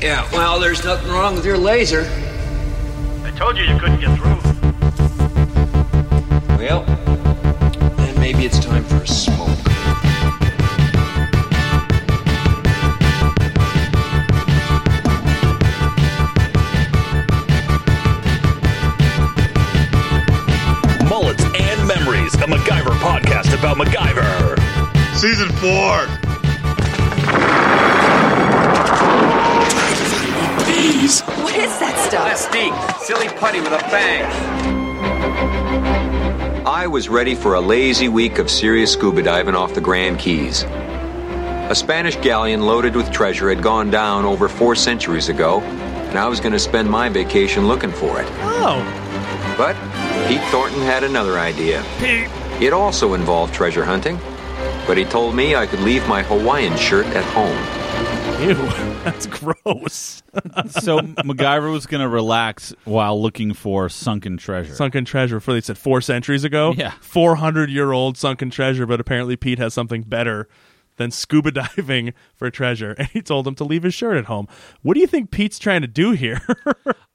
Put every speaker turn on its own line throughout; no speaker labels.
Yeah, well, there's nothing wrong with your laser.
I told you you couldn't get through.
Well, then maybe it's time for a smoke.
Mullets and Memories, a MacGyver podcast about MacGyver.
Season four.
What is that stuff?
Mystique, silly putty with a bang.
I was ready for a lazy week of serious scuba diving off the Grand Keys. A Spanish galleon loaded with treasure had gone down over four centuries ago, and I was going to spend my vacation looking for it.
Oh,
But Pete Thornton had another idea.
Pete.
It also involved treasure hunting, but he told me I could leave my Hawaiian shirt at home.
Ew, that's gross.
So MacGyver was going to relax while looking for sunken treasure.
sunken treasure for they said four centuries ago.
Yeah.
four hundred year old sunken treasure. But apparently Pete has something better than scuba diving for treasure, and he told him to leave his shirt at home. What do you think Pete's trying to do here?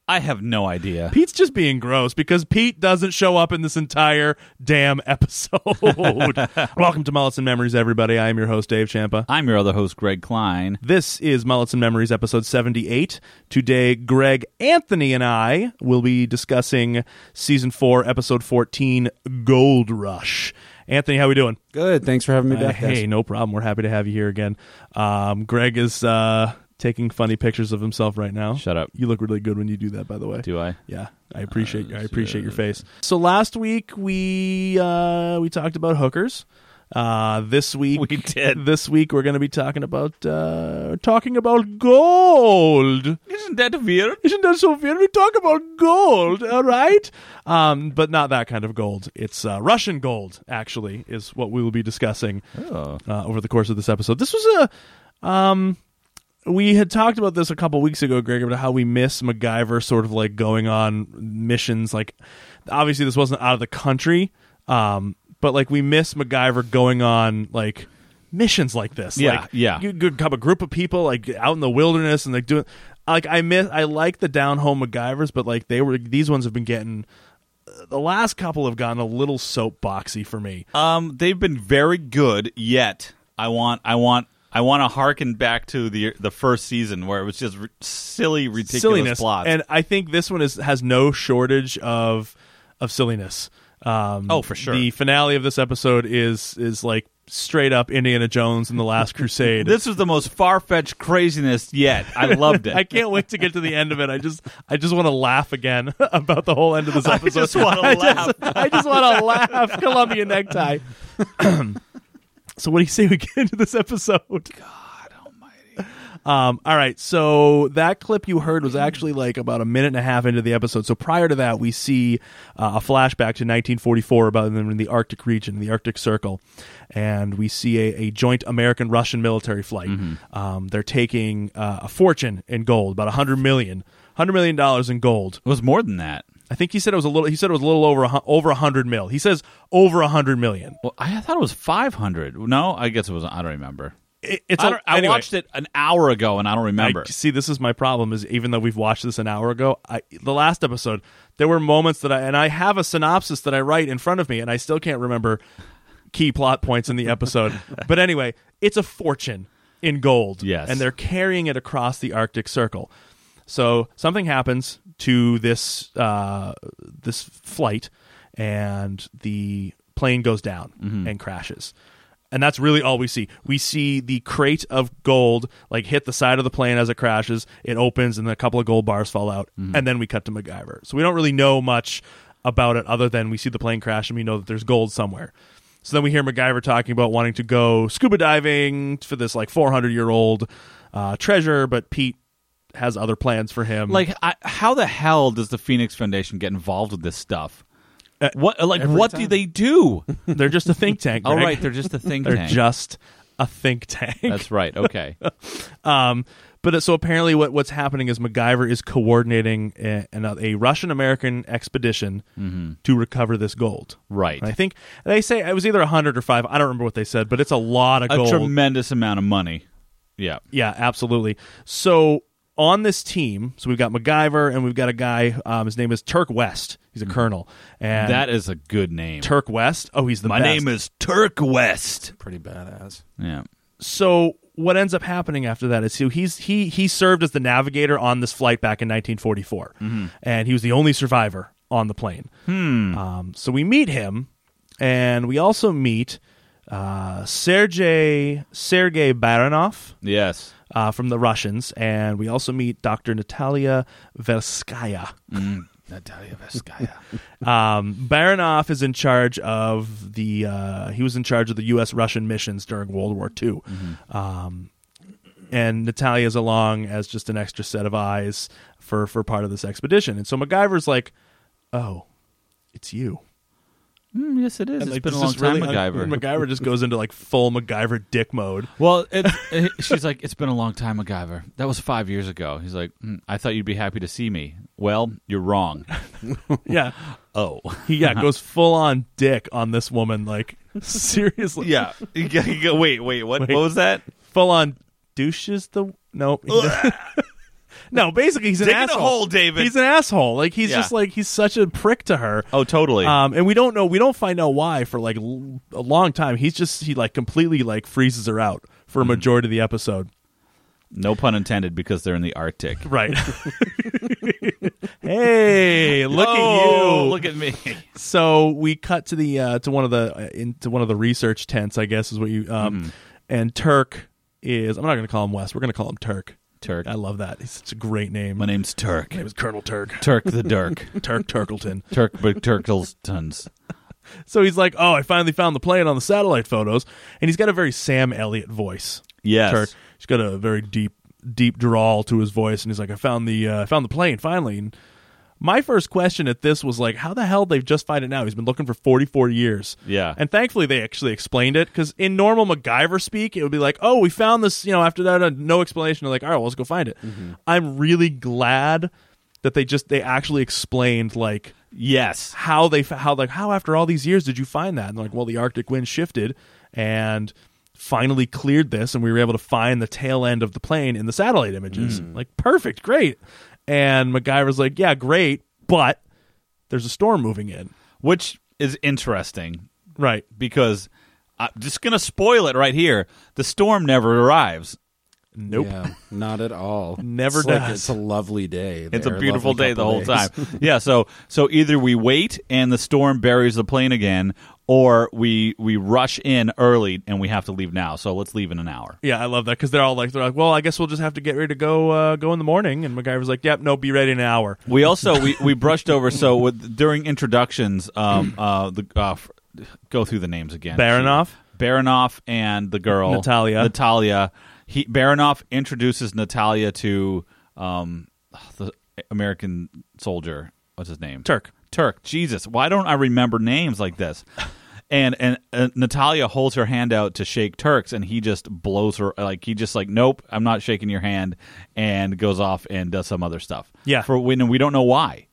I have no idea.
Pete's just being gross because Pete doesn't show up in this entire damn episode. Welcome to Mullets and Memories, everybody. I am your host Dave Champa.
I'm your other host, Greg Klein.
This is Mullets and Memories, episode 78. Today, Greg, Anthony, and I will be discussing season four, episode 14, Gold Rush. Anthony, how we doing?
Good. Thanks for having me
Uh,
back. guys.
hey, no problem. We're happy to have you here again. Um, Greg is uh, taking funny pictures of himself right now.
Shut up.
You look really good when you do that, by the way.
Do I?
Yeah, I appreciate
Uh,
I appreciate your face. So last week we uh, we talked about hookers. Uh, this week
We did.
This week we're going to be talking about uh, talking about gold.
Isn't that weird?
Isn't that so weird? We talk about gold, all right? Um, but not that kind of gold. It's uh, Russian gold, actually, is what we will be discussing
Oh.
uh, over the course of this episode. This was a we had talked about this a couple weeks ago, Greg, about how we miss MacGyver sort of like going on missions. Like, obviously, this wasn't out of the country, um, but like we miss MacGyver going on like missions like this.
Yeah,
like,
yeah.
You could have a group of people like out in the wilderness and like doing. Like I miss, I like the down home MacGyvers, but like they were these ones have been getting. uh, The last couple have gotten a little soapboxy for me.
Um, they've been very good. Yet I want, I want, I want to harken back to the the first season where it was just r- silly, ridiculous plots.
And I think this one is has no shortage of of silliness. Um,
Oh, for sure.
The finale of this episode is is like straight up Indiana Jones and the Last Crusade.
this was the most far fetched craziness yet. I loved it.
I can't wait to get to the end of it. I just I just want to laugh again about the whole end of this
I
episode.
just wanna
I just-
laugh.
I just want to laugh. Columbia necktie. so what do you say we get into this episode? Um, all right, so that clip you heard was actually like about a minute and a half into the episode. So prior to that, we see uh, a flashback to 1944 about them in the Arctic region, the Arctic Circle, and we see a, a joint American-Russian military flight.
Mm-hmm.
Um, they're taking uh, a fortune in gold, about 100 million. Hundred million dollars in gold.
It was more than that.
I think he said it was a little. He said it was a little over a, hu- over a hundred mil. He says over a hundred million.
Well, I thought it was five hundred. No, I guess it was. I don't remember.
It- it's
I,
a-
don't, I
anyway.
watched it an hour ago and I don't remember.
I, see, this is my problem. Is even though we've watched this an hour ago, I, the last episode, there were moments that I and I have a synopsis that I write in front of me, and I still can't remember key plot points in the episode. but anyway, it's a fortune in gold.
Yes.
and they're carrying it across the Arctic Circle. So something happens to this uh, this flight, and the plane goes down and crashes. And that's really all we see. We see the crate of gold like hit the side of the plane as it crashes. It opens, and then a couple of gold bars fall out, and then we cut to MacGyver. So we don't really know much about it other than we see the plane crash and we know that there's gold somewhere. So then we hear MacGyver talking about wanting to go scuba diving for this like 400 year old uh, treasure, but Pete has other plans for him.
like I, how the hell does the phoenix foundation get involved with this stuff
Uh,
what uh, like what do they do
they're just a think tank.
all
Greg.
right they're just a think
they're
tank
just a think tank.
that's right okay
Um, but uh, so apparently, what, what's happening is MacGyver is coordinating a, an- a Russian American expedition to recover this gold.
Mm-hmm. Right.
And I think they say it was either a hundred or five. I don't remember what they said, but it's a lot of
a
gold.
tremendous amount of money yeah
yeah, absolutely. So on this team, so we've got MacGyver and we've got a guy. Um, his name is Turk West. He's a colonel, and
Hmm. That is a good name.
Turk West. Oh, he's the
My
best.
name is Turk West.
Pretty badass.
Yeah.
so what ends up happening after that is so he's he he served as the navigator on this flight back in 1944,
Mm-hmm.
and he was the only survivor on the plane.
Hmm.
Um, so we meet him, and we also meet uh, Sergei Sergei Baranov
Yes.
uh, from the Russians, and we also meet Dr. Natalia Velskaya.
Natalia Veskaya.
Um, Baranov is in charge of the. Uh, he was in charge of the U.S. Russian missions during World War II, um, and Natalia's along as just an extra set of eyes for for part of this expedition. And so MacGyver's like, "Oh, it's you."
mm, yes, it is.
And
It's
like,
been a long
this is
time,
really un-
MacGyver.
MacGyver just goes into like full MacGyver dick mode.
well, it, she's like, it's been a long time, MacGyver. That was five years ago. He's like, mm, I thought you'd be happy to see me. Well, you're wrong.
Yeah,
Oh,
he yeah goes full on dick on this woman. Like seriously,
yeah. wait, wait. What? What
Wait.
was that?
full on douches the no no basically he's an
Dig in a
asshole
hole, David.
he's an asshole like he's
Yeah.
just like he's such a prick to her
Oh, totally.
um and we don't know we don't find out why for like l- a long time he's just he like completely like freezes her out for
Mm-hmm.
a majority of the episode
no pun intended, because they're in the Arctic.
right hey look at
Oh,
you
Look at me.
so we cut to the uh, to one of the uh, into one of the research tents i guess is what you
Mm-hmm.
um and turk is i'm not gonna call him west we're gonna call him turk
Turk.
I love that. It's such a great name.
My name's Turk.
name is Colonel Turk.
Turk the Dirk.
Turk Turkleton.
Turk but Turkletons.
So he's like, "Oh, I finally found the plane on the satellite photos," and he's got a very Sam Elliott voice.
Yes.
Turk. He's got a very deep, deep drawl to his voice, and he's like, "I found the, uh, I found the plane finally." And my first question at this was like, "How the hell they've just find it now?" He's been looking for forty four years.
Yeah.
And thankfully, they actually explained it because in normal MacGyver speak, it would be like, "Oh, we found this," you know, after that, uh, no explanation. They're like, "All right, well, let's go find it."
Mm-hmm.
I'm really glad that they just they actually explained like
Yes.
how they how like how after all these years did you find that? And they're like, well, the Arctic wind shifted and finally cleared this, and we were able to find the tail end of the plane in the satellite images.
Hmm.
Like, perfect, great. And MacGyver's like, yeah, great, but there's a storm moving in.
Which is interesting
Right.
because I'm just going to spoil it right here. The storm never arrives.
Nope.
Yeah, not at all.
Never
it's like
does.
it's a lovely day.
It's
there,
a beautiful
lovely
day the
couple
whole
days.
time. yeah, so so either we wait and the storm buries the plane again or we we rush in early and we have to leave now. So let's leave in an hour.
Yeah, I love that because they're all like, they're like, well, I guess we'll just have to get ready to go, uh, go in the morning. And MacGyver's like, yep, no, be ready in an hour.
We also we, we brushed over so with, during introductions um uh the uh, f- go through the names again.
Baranov?
Baranov and the girl
Natalia.
Natalia. He Baranov introduces Natalia to um the American soldier. What's his name?
Turk.
Turk. Jesus, why don't I remember names like this? And and uh, Natalia holds her hand out to shake Turk's, and he just blows her like he just like nope, I'm not shaking your hand, and goes off and does some other stuff.
Yeah.
for when and we don't know why.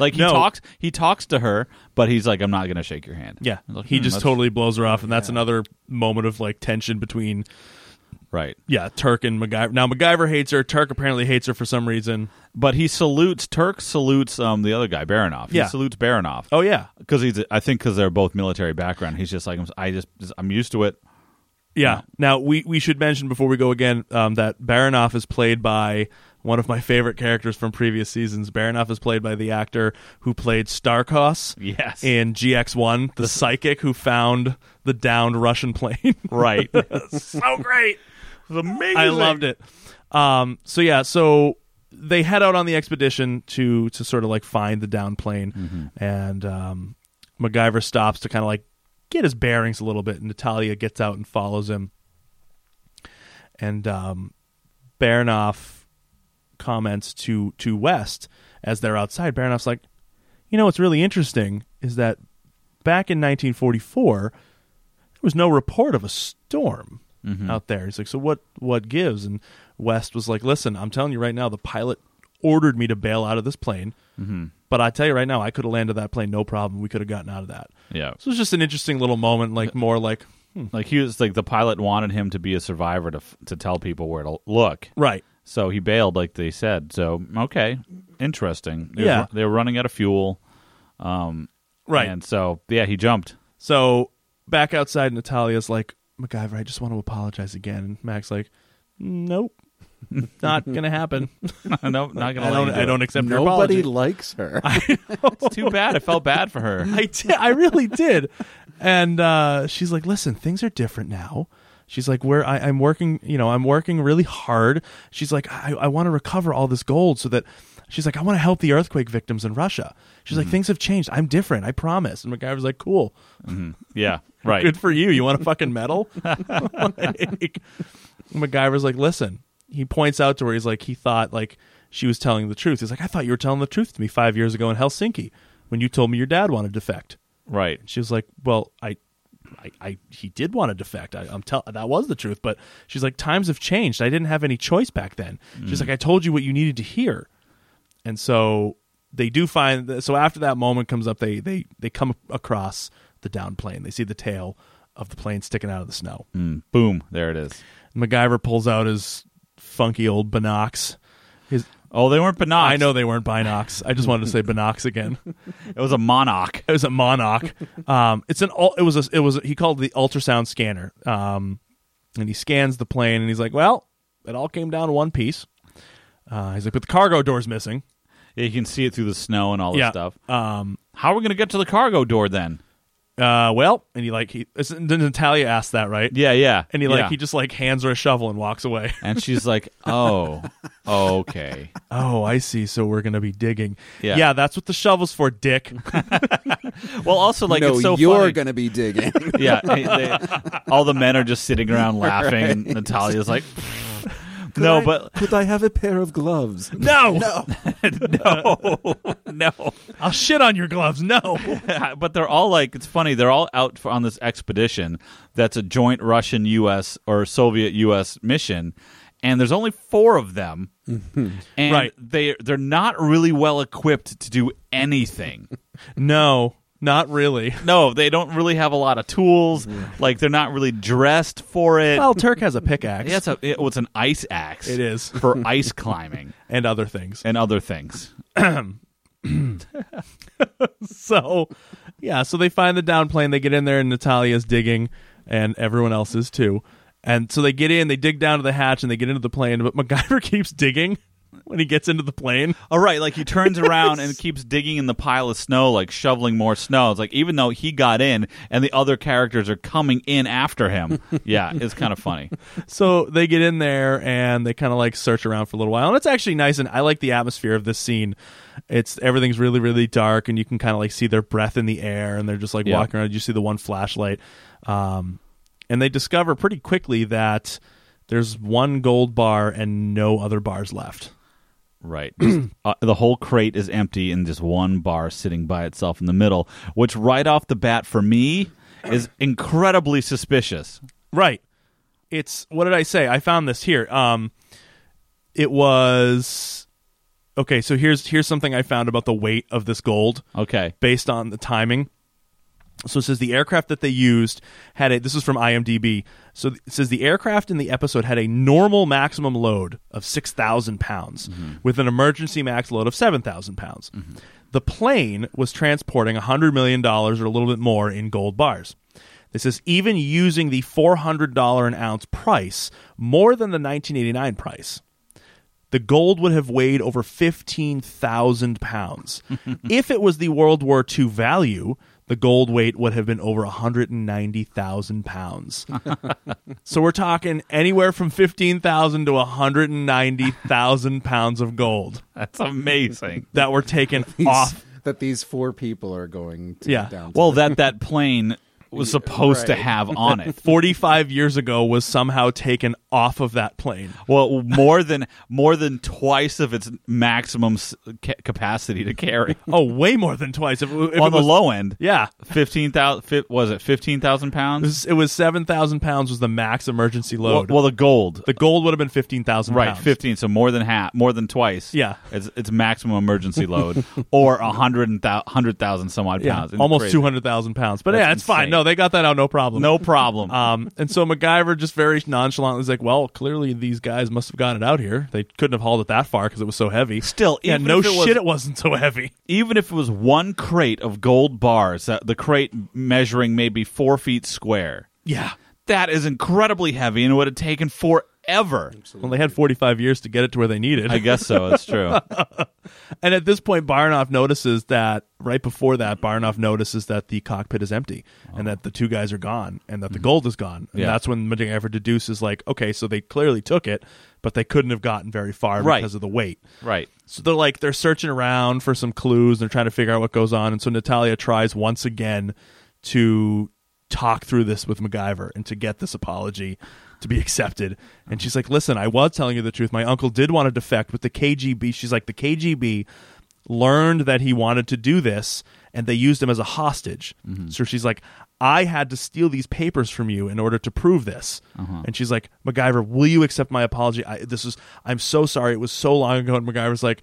Like he
No.
talks, he talks to her, but he's like, I'm not gonna shake your hand.
Yeah.
I was like,
He
"Hmm,
just
that's
totally blows her off. And that's another moment of like tension between
right.
yeah, Turk and MacGyver. Now MacGyver hates her. Turk apparently hates her for some reason.
But he salutes Turk salutes um the other guy Baranov.
Yeah.
He salutes Baranov.
Oh yeah,
because he's I think because they're both military background. He's just like I'm, I just I'm used to it.
yeah. Now we we should mention before we go again um, that Baranov is played by one of my favorite characters from previous seasons. Baranov is played by the actor who played Starkos
Yes.
in GX One, the psychic who found the downed Russian plane.
Right.
so great.
amazing.
I loved it. Um, so yeah, so they head out on the expedition to to sort of like find the down plane, and um, MacGyver stops to kind of like get his bearings a little bit, and Natalia gets out and follows him, and um, Baranoff comments to to West as they're outside. Baranoff's like, you know, what's really interesting is that back in 1944, there was no report of a storm out there. He's like, so what? What gives? And West was like, listen, I'm telling you right now, the pilot ordered me to bail out of this plane. But I tell you right now, I could have landed that plane no problem. We could have gotten out of that.
Yeah.
So it's just an interesting little moment, like more like
Like he was like the pilot wanted him to be a survivor to f- to tell people where to look.
right.
So he bailed, like they said. So okay, interesting. They were-
Yeah.
they were running out of fuel,
Right.
And so yeah, he jumped.
So back outside, Natalia's like, MacGyver, I just want to apologize again. And Mac's like, Nope. Not gonna happen.
no, not gonna.
I
let
don't.
you do
I
it.
don't accept your
Nobody
apology.
likes her.
It's too bad. I felt bad for her.
I did. I really did. And uh, she's like, "Listen, things are different now." She's like, "Where I, I'm working, you know, I'm working really hard." She's like, "I, I want to recover all this gold so that." She's like, "I want to help the earthquake victims in Russia." She's
Mm-hmm.
like, "Things have changed. I'm different. I promise." And MacGyver's like, "Cool,
Yeah, right.
good for you. You want a fucking medal?" like, MacGyver's like, "Listen." He points out to her. He's like, "He thought like she was telling the truth." He's like, "I thought you were telling the truth to me five years ago in Helsinki when you told me your dad wanted to defect."
Right.
She was like, "Well, I, I, I he did want to defect. I, I'm tell that was the truth." But she's like, "Times have changed. I didn't have any choice back then." She's like, "I told you what you needed to hear," and so they do find. So after that moment comes up, they they they come across the down plane. They see the tail of the plane sticking out of the snow.
Mm. Boom. There it is.
MacGyver pulls out his funky old binocs. His
Oh, they weren't binocs.
I know they weren't binocs. I just wanted to say binocs again.
It was a monoc.
it was a Monarch. um, it's an ul- it was a, it was he called it the ultrasound scanner. Um, and he scans the plane and he's like, well, it all came down to one piece. Uh, he's like, but the cargo door's missing.
You can see it through the snow and all this
Yeah.
stuff. Um, How are we going to get to the cargo door then?
Uh, well, and he like he it's- then Natalia asked that right?
Yeah, yeah.
And he like
yeah.
he just like hands her a shovel and walks away.
and she's like, oh, okay.
oh, I see. So we're gonna be digging.
Yeah.
yeah that's what the shovel's for, Dick.
Well, also like
no,
it's so
you're
funny.
gonna be digging.
yeah, they- they- all the men are just sitting around laughing, and Natalia's like, no, but
could I have a pair of gloves?
no, no,
no,
I'll shit on your gloves. No.
but they're all like, it's funny. They're all out for, on this expedition that's a joint Russian U.S. or Soviet U.S. mission, and there's only four of them,
Mm-hmm.
and
Right.
they they're not really well equipped to do anything.
No, not really.
No, they don't really have a lot of tools. Like they're not really dressed for it.
Well, Turk has a pickaxe.
yeah, it's, a, it- well, it's an ice axe.
It is.
for ice climbing
and other things.
and other things.
So, yeah, so they find the down plane. They get in there, and Natalia's digging, and everyone else is too. And so they get in, they dig down to the hatch, and they get into the plane. But MacGyver keeps digging when he gets into the plane.
All right, like he turns around and keeps digging in the pile of snow, like shoveling more snow. It's like even though he got in and the other characters are coming in after him. Yeah, it's kind of funny.
So they get in there and they kind of like search around for a little while. And it's actually nice, and I like the atmosphere of this scene. It's everything's really, really dark, and you can kind of like see their breath in the air, and they're just like
Yeah.
walking around. You see the one flashlight. Um, and they discover pretty quickly that there's one gold bar and no other bars left.
Right. Just, uh, the whole crate is empty and just one bar sitting by itself in the middle, which right off the bat for me is incredibly suspicious.
Right. It's what did I say? I found this here. Um it was Okay, so here's here's something I found about the weight of this gold
Okay.
based on the timing. So it says the aircraft that they used had a this is from IMDb. So it says the aircraft in the episode had a normal maximum load of 6,000 pounds with an emergency max load of 7,000 pounds. The plane was transporting $100 million or a little bit more in gold bars. This is even using the $400 an ounce price, more than the 1989 price the gold would have weighed over 15,000 pounds. if it was the World War II value, the gold weight would have been over 190,000 pounds. so we're talking anywhere from 15,000 to 190,000 pounds of gold
That's amazing.
that were taken off.
that these four people are going to
Yeah.
down to.
Well, that that plane was supposed to have on it.
45 years ago was somehow taken off of that plane.
Well, more than more than twice of its maximum s- ca- capacity to carry
Oh, way more than twice. If, it- if
on
it was,
the low end.
Yeah.
fifteen thousand. Was it fifteen thousand
It
pounds?
was, it was 7,000 pounds was the max emergency
Well,
load.
well, the gold,
the gold would have been 15,000
right?
pounds.
Fifteen. So more than half, more than twice.
Yeah.
it's it's maximum emergency load or a hundred and thou- hundred thousand some odd
Yeah,
pounds. It's
almost
crazy.
two hundred thousand pounds. But
That's
yeah, it's fine.
insane.
No, they got that out no problem.
No problem.
Um, and so MacGyver just very nonchalantly is like, "Well, clearly these guys must have gotten it out here. They couldn't have hauled it that far because it was so heavy."
Still,
yeah,
even
no
if it was-
shit, it wasn't so heavy.
Even if it was one crate of gold bars, uh, the crate measuring maybe four feet square,
Yeah.
that is incredibly heavy and it would have taken forever.
Well, they had 45 years to get it to where they needed.
I guess so. That's true.
And at this point, Barnoff notices that right before that, Barnoff notices that the cockpit is empty and that the two guys are gone and that the gold is gone. And
Mm-hmm. Yeah.
that's when MacGyver deduces, like, okay, so they clearly took it, but they couldn't have gotten very far
Right.
because of the weight.
right.
So they're like, they're searching around for some clues. They're trying to figure out what goes on. And so Natalia tries once again to talk through this with MacGyver and to get this apology to be accepted. And she's like, listen, I was telling you the truth. My uncle did want to defect with the KGB. She's like, the KGB learned that he wanted to do this and they used him as a hostage.
Mm-hmm.
So she's like, I had to steal these papers from you in order to prove this.
Uh-huh.
And she's like, MacGyver, will you accept my apology? I, this is, I'm so sorry. It was so long ago. And MacGyver's like,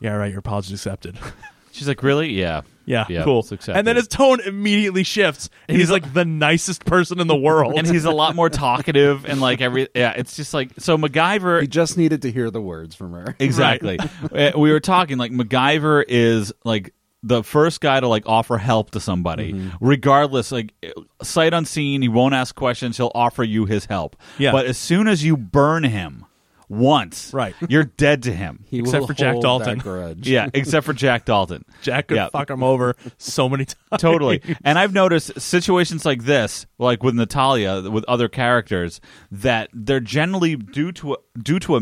yeah, right. Your apology accepted.
She's like, really? Yeah.
yeah, cool.
it's accepted.
And then his tone immediately shifts. And he's like the nicest person in the world.
and he's a lot more talkative and like every yeah it's just like so MacGyver
He just needed to hear the words from her.
Exactly. Uh, we were talking like MacGyver is like the first guy to like offer help to somebody,
Mm-hmm.
regardless, like sight unseen. He won't ask questions. He'll offer you his help.
Yeah.
But as soon as you burn him once,
Right.
you're dead to him.
He
Except
will
for Jack
hold
Dalton.
That grudge.
yeah, except for Jack Dalton.
Jack could
Yeah.
fuck him over so many times.
totally. And I've noticed situations like this, like with Natalia, with other characters, that they're generally due to a, due to a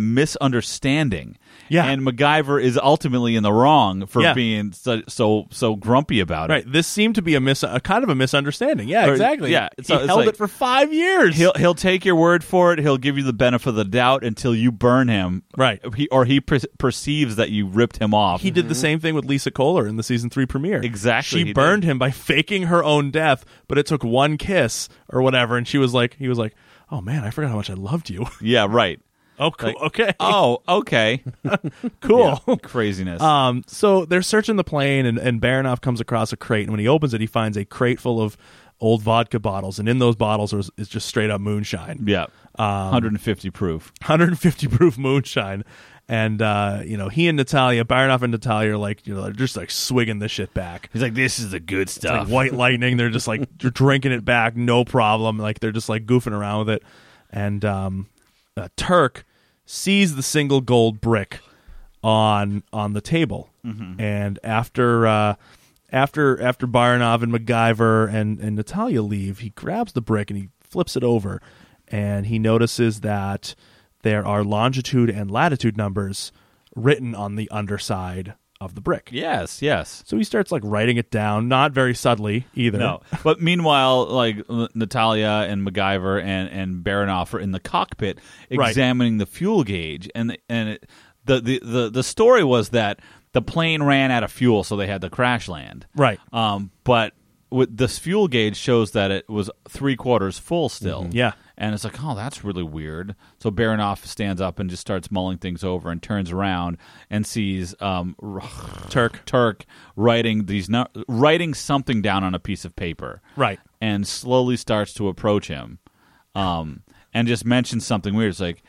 misunderstanding.
Yeah.
and MacGyver is ultimately in the wrong for
Yeah.
being so, so so grumpy about it.
Right. This seemed to be a mis a kind of a misunderstanding. Yeah,
Or-
exactly.
yeah,
He
so it's
held
like-
it for five years.
He'll he'll take your word for it. He'll give you the benefit of the doubt until you burn him.
Right.
He, or he per- perceives that you ripped him off.
he did the same thing with Lisa Kohler in the season three premiere.
Exactly,
She
he
burned him by faking her own death, but it took one kiss or whatever, and she was like he was like, Oh man, I forgot how much I loved you.
yeah. Right.
oh cool.
Like,
okay.
Oh, okay.
cool.
Yeah, Craziness.
Um, so they're searching the plane, and, and Baranoff comes across a crate, and when he opens it, he finds a crate full of old vodka bottles, and in those bottles is, is just straight up moonshine.
yeah. um, 150 proof.
150 proof moonshine. And uh, you know, he and Natalia, Baranov and Natalia are like, you know, they're just like swigging this shit back.
He's like, this is the good
It's
stuff.
like white lightning, they're just like they're drinking it back, no problem. Like they're just like goofing around with it. And um, uh, Turk sees the single gold brick on on the table, and after uh, after after Baranov and MacGyver and and Natalia leave, he grabs the brick and he flips it over, and he notices that there are longitude and latitude numbers written on the underside of the brick.
Yes, yes.
So he starts like writing it down, not very subtly either.
No, but meanwhile, like L- Natalia and MacGyver and and Baranoff are in the cockpit
Right.
examining the fuel gauge, and and it, the, the the the story was that the plane ran out of fuel, so they had to crash land.
Right.
Um, but with this fuel gauge shows that it was three quarters full still.
Yeah.
And it's like, oh, that's really weird. So Baranoff stands up and just starts mulling things over and turns around and sees um,
Turk.
Turk writing these nu- writing something down on a piece of paper.
Right.
And slowly starts to approach him. Um and just mentions something weird. It's like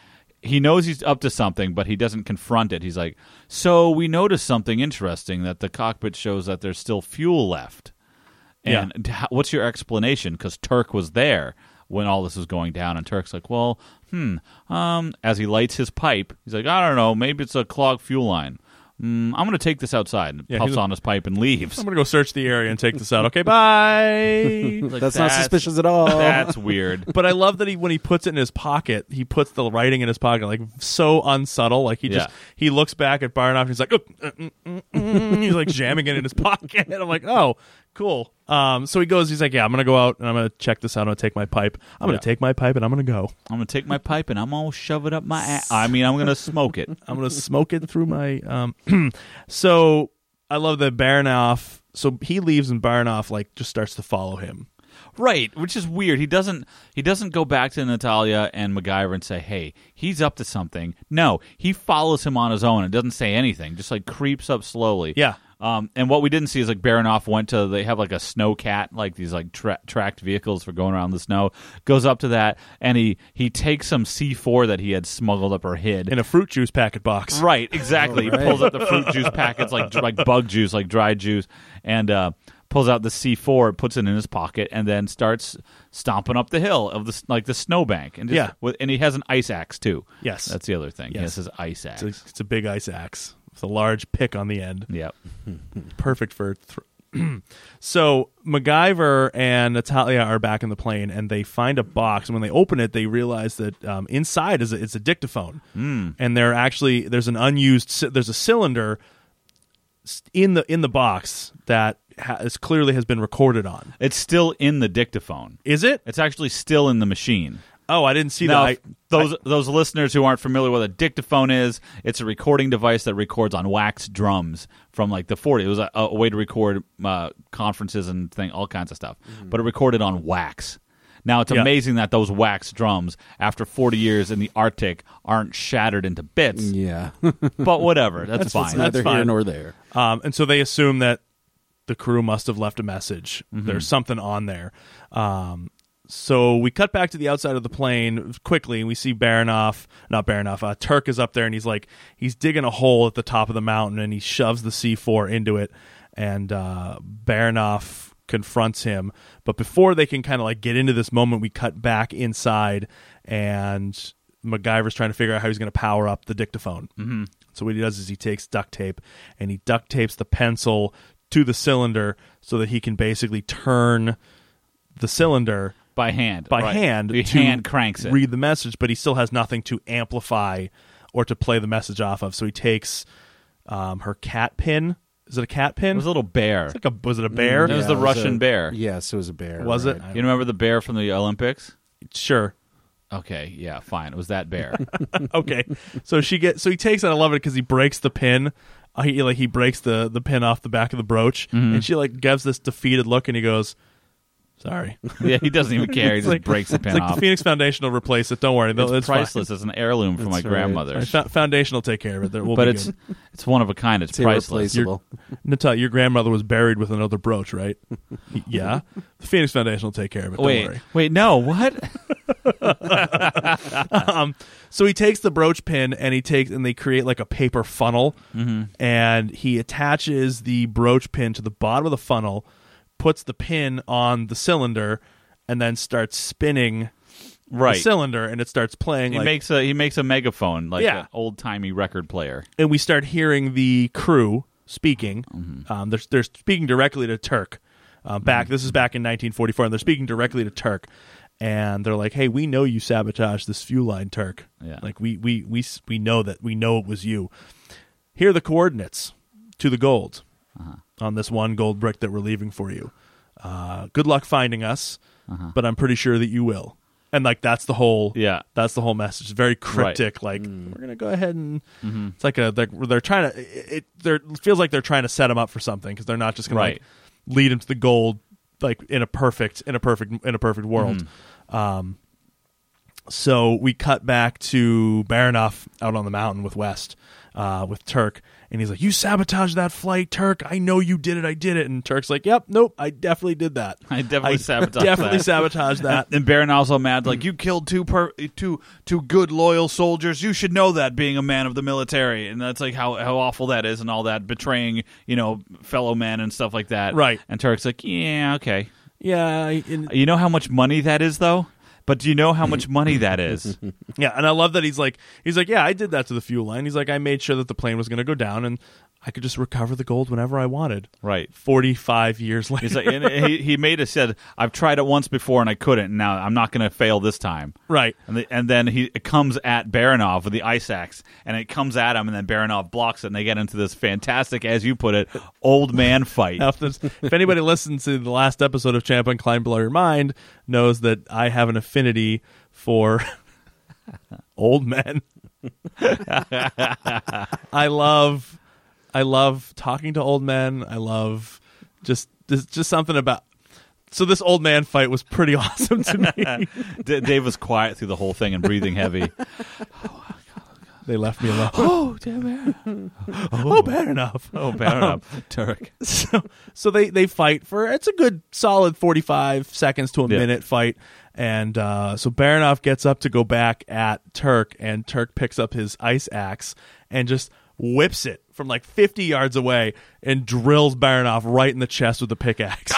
he knows he's up to something, but he doesn't confront it. He's like, "So we noticed something interesting that the cockpit shows that there's still fuel left." And d- how- what's your explanation? Because Turk was there when all this was going down, and Turk's like, well, hmm. Um, as he lights his pipe, he's like, I don't know, maybe it's a clogged fuel line. Mm, I'm going to take this outside. And
Yeah,
puffs
he's a-
on his pipe and leaves.
I'm gonna go search the area and take this out. Okay, bye.
Like,
That's, not suspicious at all.
That's weird.
but I love that he when he puts it in his pocket, he puts the writing in his pocket, like so unsubtle. Like he just
Yeah.
he looks back at Barnoff and he's like, "Oh, uh, mm, mm, mm," he's like jamming it in his pocket. I'm like, oh, cool. Um, so he goes. He's like, yeah, I'm gonna go out and I'm gonna check this out. I'm gonna take my pipe. I'm gonna
Yeah.
take my pipe and I'm gonna go.
I'm going to take my pipe and I'm going to shove it up my ass. I mean, I'm going to smoke it.
I'm gonna smoke it through my. Um, so I love that Baranoff. So he leaves and Baranoff like just starts to follow him.
Right, which is weird. He doesn't he doesn't go back to Natalia and MacGyver and say, "Hey, he's up to something." No, he follows him on his own and doesn't say anything. Just like creeps up slowly.
Yeah.
Um, and what we didn't see is like Baronoff went to they have like a snow cat, like these like tra- tracked vehicles for going around the snow. Goes up to that and he he takes some C four that he had smuggled up or hid
in a fruit juice packet box.
Right, exactly.
All
He
right.
pulls out the fruit juice packets, like like bug juice, like dry juice, and uh, pulls out the C four, puts it in his pocket, and then starts stomping up the hill of the s- like the snowbank, and just,
Yeah.
with, and he has an ice axe too.
Yes.
that's the other thing. He
Yes.
has his ice axe.
It's a, it's a big ice axe with a large pick on the end.
yep.
perfect for. Th- so MacGyver and Natalia are back in the plane, and they find a box. And when they open it, they realize that um, inside is a, it's a dictaphone,
Hmm.
mm. and there actually there's an unused ci- there's a cylinder s- in the in the box that ha- is clearly has been recorded on.
It's still in the dictaphone.
Is it?
It's actually still in the machine.
Oh, I didn't see
now,
that.
if those those listeners who aren't familiar with what a dictaphone is, it's a recording device that records on wax drums from like the 40s. It was a, a way to record uh, conferences and thing, all kinds of stuff, but it recorded on wax. Now it's
Mm-hmm. Yeah.
amazing that those wax drums, after 40 years in the Arctic, aren't shattered into bits.
Mm.
Yeah.
But whatever, that's,
It's
fine.
neither here
fine.
nor there.
I, um, and so they assume that the crew must have left a message. There's something on there. Um, so we cut back to the outside of the plane quickly, and we see Baranov, not Baranov, uh, Turk is up there, and he's like he's digging a hole at the top of the mountain, and he shoves the C4 into it, and uh, Baranov confronts him. But before they can kind of like get into this moment, we cut back inside, and MacGyver's trying to figure out how he's going to power up the dictaphone. Mm-hmm. So what he does is he takes duct tape and he duct tapes the pencil to the cylinder so that he can basically turn the cylinder
by hand.
by
right.
hand
The
to
hand cranks it.
read the message, but he still has nothing to amplify or to play the message off of. So he takes um, her cat pin. Is it a cat
it
pin?
was a little bear.
It's like a- was it a bear?
It was
Yeah,
the
it was
Russian
a-
bear.
Yes, it was a bear.
Was it?
right.
You remember the bear from the Olympics?
Sure.
Okay, yeah, fine. It was that bear.
okay. So she gets. So he takes it. I love it because he breaks the pin. Uh, he like he breaks the the pin off the back of the brooch,
Mm-hmm.
and she like gives this defeated look, and he goes, "Sorry."
Yeah, he doesn't even care. He
It's
just
like-
breaks the pin
it's like
off.
the Phoenix Foundation will replace it. Don't worry,
Ah.
though.
it's,
It's, fine.
priceless. It's an heirloom for my
That's right.
grandmother.
Fo- Foundation will take care of it. There will
But
be
it's
good.
it's one of a kind. It's,
It's
priceless.
irreplaceable.
Natalia, your grandmother was buried with another brooch, right? yeah. The Phoenix Foundation will take care of it. Don't
Wait,
worry.
wait, no, what?
So he takes the brooch pin and he takes and they create like a paper funnel,
Mm-hmm.
and he attaches the brooch pin to the bottom of the funnel, puts the pin on the cylinder, and then starts spinning
right.
the cylinder, and it starts playing.
he
like,
makes a he makes a megaphone like
Yeah.
an old timey record player.
and we start hearing the crew speaking.
Mm-hmm.
Um, they're, they're speaking directly to Turk. Um, back this is back in 1944, and they're speaking directly to Turk, and they're like, "Hey, we know you sabotaged this fuel line, Turk.
Yeah.
Like we we we s- we know that we know it was you. Here are the coordinates to the gold
Uh-huh.
on this one gold brick that we're leaving for you. Uh, good luck finding us, but I'm pretty sure that you will." And like that's the whole
Uh-huh. Yeah.
that's the whole message. It's very cryptic. Like
Mm.
we're gonna go ahead and
Mm-hmm.
it's like a they're, they're trying to it. it they're, it feels like they're trying to set him up for something because they're not just gonna
Right.
like, lead him to the gold like in a perfect in a perfect in a perfect world. Um,
Mm-hmm.
so we cut back to Baranoff out on the mountain with West. Uh, with Turk, and he's like, "You sabotaged that flight, Turk. I know you did it. I did it." And Turk's like, "Yep, nope, I definitely did that.
I definitely sabotaged
definitely
that."
sabotaged that."
And Baron also mad like you killed two per two two good loyal soldiers. You should know that being a man of the military, and that's like how how awful that is, and all that betraying you know fellow men and stuff like that.
Right.
And Turk's like, yeah, okay.
yeah, and-
You know how much money that is, though. But do you know how much money that is?
Yeah, and I love that he's like he's like, Yeah, I did that to the fuel line. He's like, I made sure that the plane was gonna go down and I could just recover the gold whenever I wanted.
right.
Forty five years later.
He's like, and he, he made it said, I've tried it once before and I couldn't. and Now I'm not going to fail this time.
right.
And, the, and then he it comes at Baranov with the ice axe, and it comes at him, and then Baranov blocks it, and they get into this fantastic, as you put it, old man fight.
Now, if, this- if anybody listened to the last episode of Champa and Klein Blow Your Mind knows that I have an affinity for old men. I love I love talking to old men. I love just just, just something about so this old man fight was pretty awesome to me.
D- Dave was quiet through the whole thing and breathing heavy.
They left me alone. oh, damn it. Oh, bad enough.
Oh, bad enough. Turk.
so so they they fight for it's a good solid 45 seconds to a
Yeah.
minute fight and uh, so Baranov gets up to go back at Turk and Turk picks up his ice axe and just whips it from like 50 yards away and drills Baranov right in the chest with the pickaxe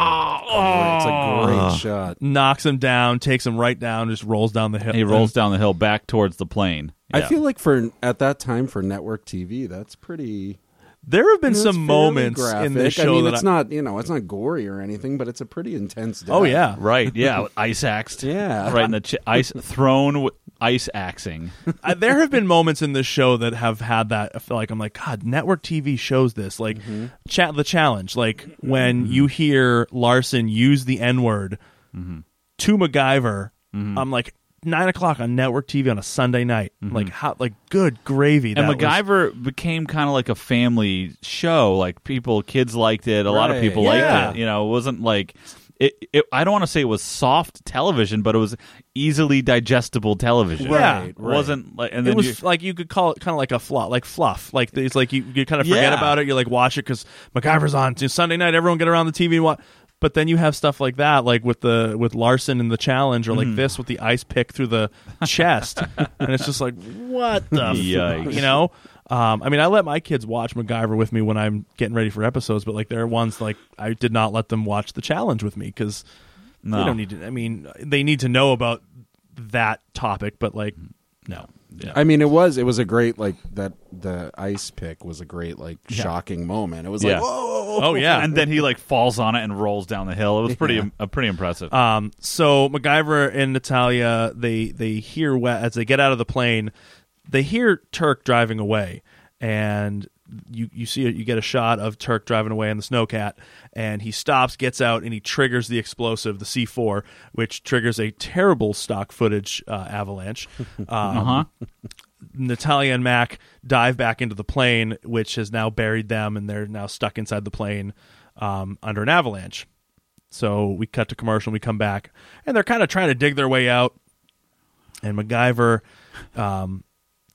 It's a great shot.
knocks him down takes him right down just rolls down the hill
He rolls down the hill back towards the plane.
I
Yeah.
feel like for at that time for network TV, that's pretty.
there have been
It's
some
fairly
moments
graphic.
in this show
I mean,
that
it's
I-
not you know it's not gory or anything, but it's a pretty intense. Death.
oh yeah
Right. Yeah. Ice axed.
Yeah.
Right in the ch- ice thrown. W- ice axing.
I, there have been moments in this show that have had that. I feel like I'm like, God, network TV shows this. Like,
Mm-hmm.
cha- the challenge. Like when you hear Larson use the N word
Mm-hmm.
to MacGyver, I'm like nine o'clock on network TV on a Sunday night. Like, how? Like, good gravy.
Mm-hmm. And
that was-
MacGyver became kind of like a family show. Like people, kids liked it. A lot of
Right.
people
Yeah.
liked it. You know, it wasn't like it. it I don't want to say it was soft television, but it was easily digestible television.
Yeah. Right,
It wasn't like and
It
then
was
you-
like you could call it kind of like a fluff, like fluff. Like it's like you, you kind of forget
Yeah.
about it. You like watch it because MacGyver's on It's Sunday night. Everyone get around the TV and watch. But then you have stuff like that, like with the with Larson and the challenge, or
Mm.
like this with the ice pick through the chest, and it's just like what the
Yikes.
fuck, you know. Um, I mean, I let my kids watch MacGyver with me when I'm getting ready for episodes, but like there are ones like I did not let them watch the challenge with me because
No.
they don't need to. I mean, they need to know about that topic, but like no, yeah.
I mean, it was it was a great like that. The ice pick was a great like shocking moment. It was
yeah.
like whoa,
Oh yeah.
and then he like falls on it and rolls down the hill. It was pretty uh, pretty impressive.
um, so MacGyver and Natalia, they they hear we- as they get out of the plane, they hear Turk driving away, and you you see you get a shot of Turk driving away in the snowcat, and he stops, gets out, and he triggers the explosive, the C four, which triggers a terrible stock footage uh, avalanche. Um,
huh?
Natalia and Mac dive back into the plane, which has now buried them, and they're now stuck inside the plane um, under an avalanche. So we cut to commercial, we come back, and they're kind of trying to dig their way out. And MacGyver, um,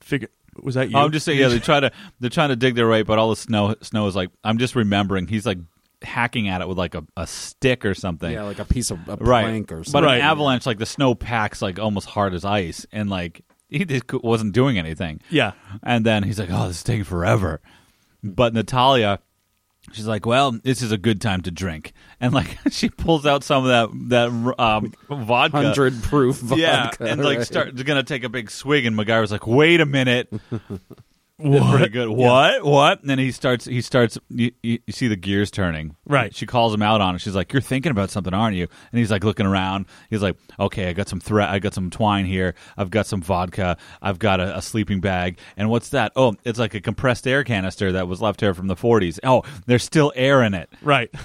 figure was that you?
Oh, I'm just saying. Yeah, they try to they're trying to dig their way, but all the snow snow is like. I'm just remembering. He's like hacking at it with like a, a stick or something.
yeah, like a piece of a
right.
plank or something.
But
Right.
an avalanche, like the snow packs like almost hard as ice, and like he just cou- wasn't doing anything.
Yeah.
And then he's like, "Oh, this is taking forever." But Natalia, she's like, "Well, this is a good time to drink," and like she pulls out some of that that um, vodka,
Hundred proof vodka.
yeah, and like
right?
start gonna take a big swig, and MacGyver's like, "Wait a minute." What? Pretty good. What? What? And then he starts. He starts. You, you, you see the gears turning.
Right.
She calls him out on it. She's like, "You're thinking about something, aren't you?" And he's like looking around. He's like, "Okay, I got some thread. I got some twine here. I've got some vodka. I've got a, a sleeping bag. And what's that? Oh, it's like a compressed air canister that was left here from the 40s. Oh, there's still air in it.
right.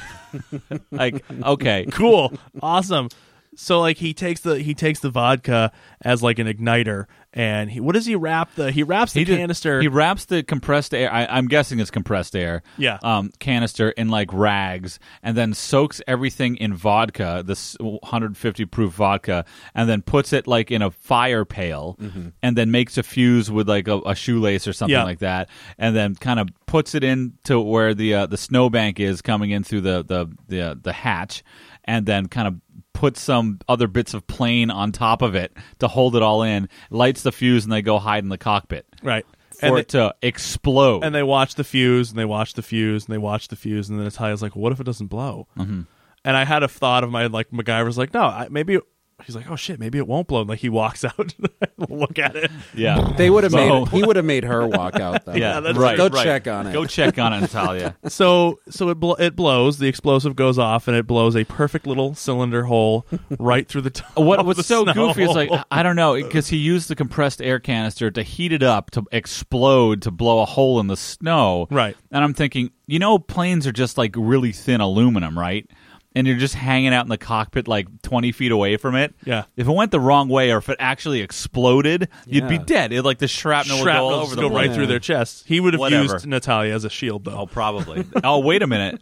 Like, okay,
cool awesome so like he takes the he takes the vodka as like an igniter and he what does he wrap the he wraps the
did-
canister
he wraps the compressed air. I, I'm guessing it's compressed air.
Yeah.
Um, canister in like rags, and then soaks everything in vodka, this 150 proof vodka, and then puts it like in a fire pail, and then makes a fuse with like a, a shoelace or something
Mm-hmm. Yeah.
like that, and then kind of puts it into where the uh, the snowbank is coming in through the the the, uh, the hatch, and then kind of put some other bits of plane on top of it to hold it all in lights the fuse and they go hide in the cockpit
right
for
and
it to explode.
and they watch the fuse and they watch the fuse and they watch the fuse and then Natalia's like, "What if it doesn't blow?" Mm-hmm. And I had a thought of my like MacGyver's like, "No, I, maybe." He's like, "Oh shit, maybe it won't blow." And, like he walks out, look at it.
yeah.
They would have
So-
made he would have made her walk out though.
yeah,
that's
right.
Go
right.
check on it.
Go check on it, Natalia.
So so it bl- it blows. The explosive goes off and it blows a perfect little cylinder hole right through the top.
What
of the
was so
snow.
goofy is like I- I don't know because he used the compressed air canister to heat it up to explode to blow a hole in the snow.
Right.
And I'm thinking, you know, planes are just like really thin aluminum, right? And you're just hanging out in the cockpit like 20 feet away from it.
Yeah.
If it went the wrong way or if it actually exploded, you'd be
Yeah.
dead. It like the shrapnel,
shrapnel
would go all
just
over the
go
place.
right through their chests. He would have
Whatever.
used Natalia as a shield though.
Oh, probably. oh, wait a minute.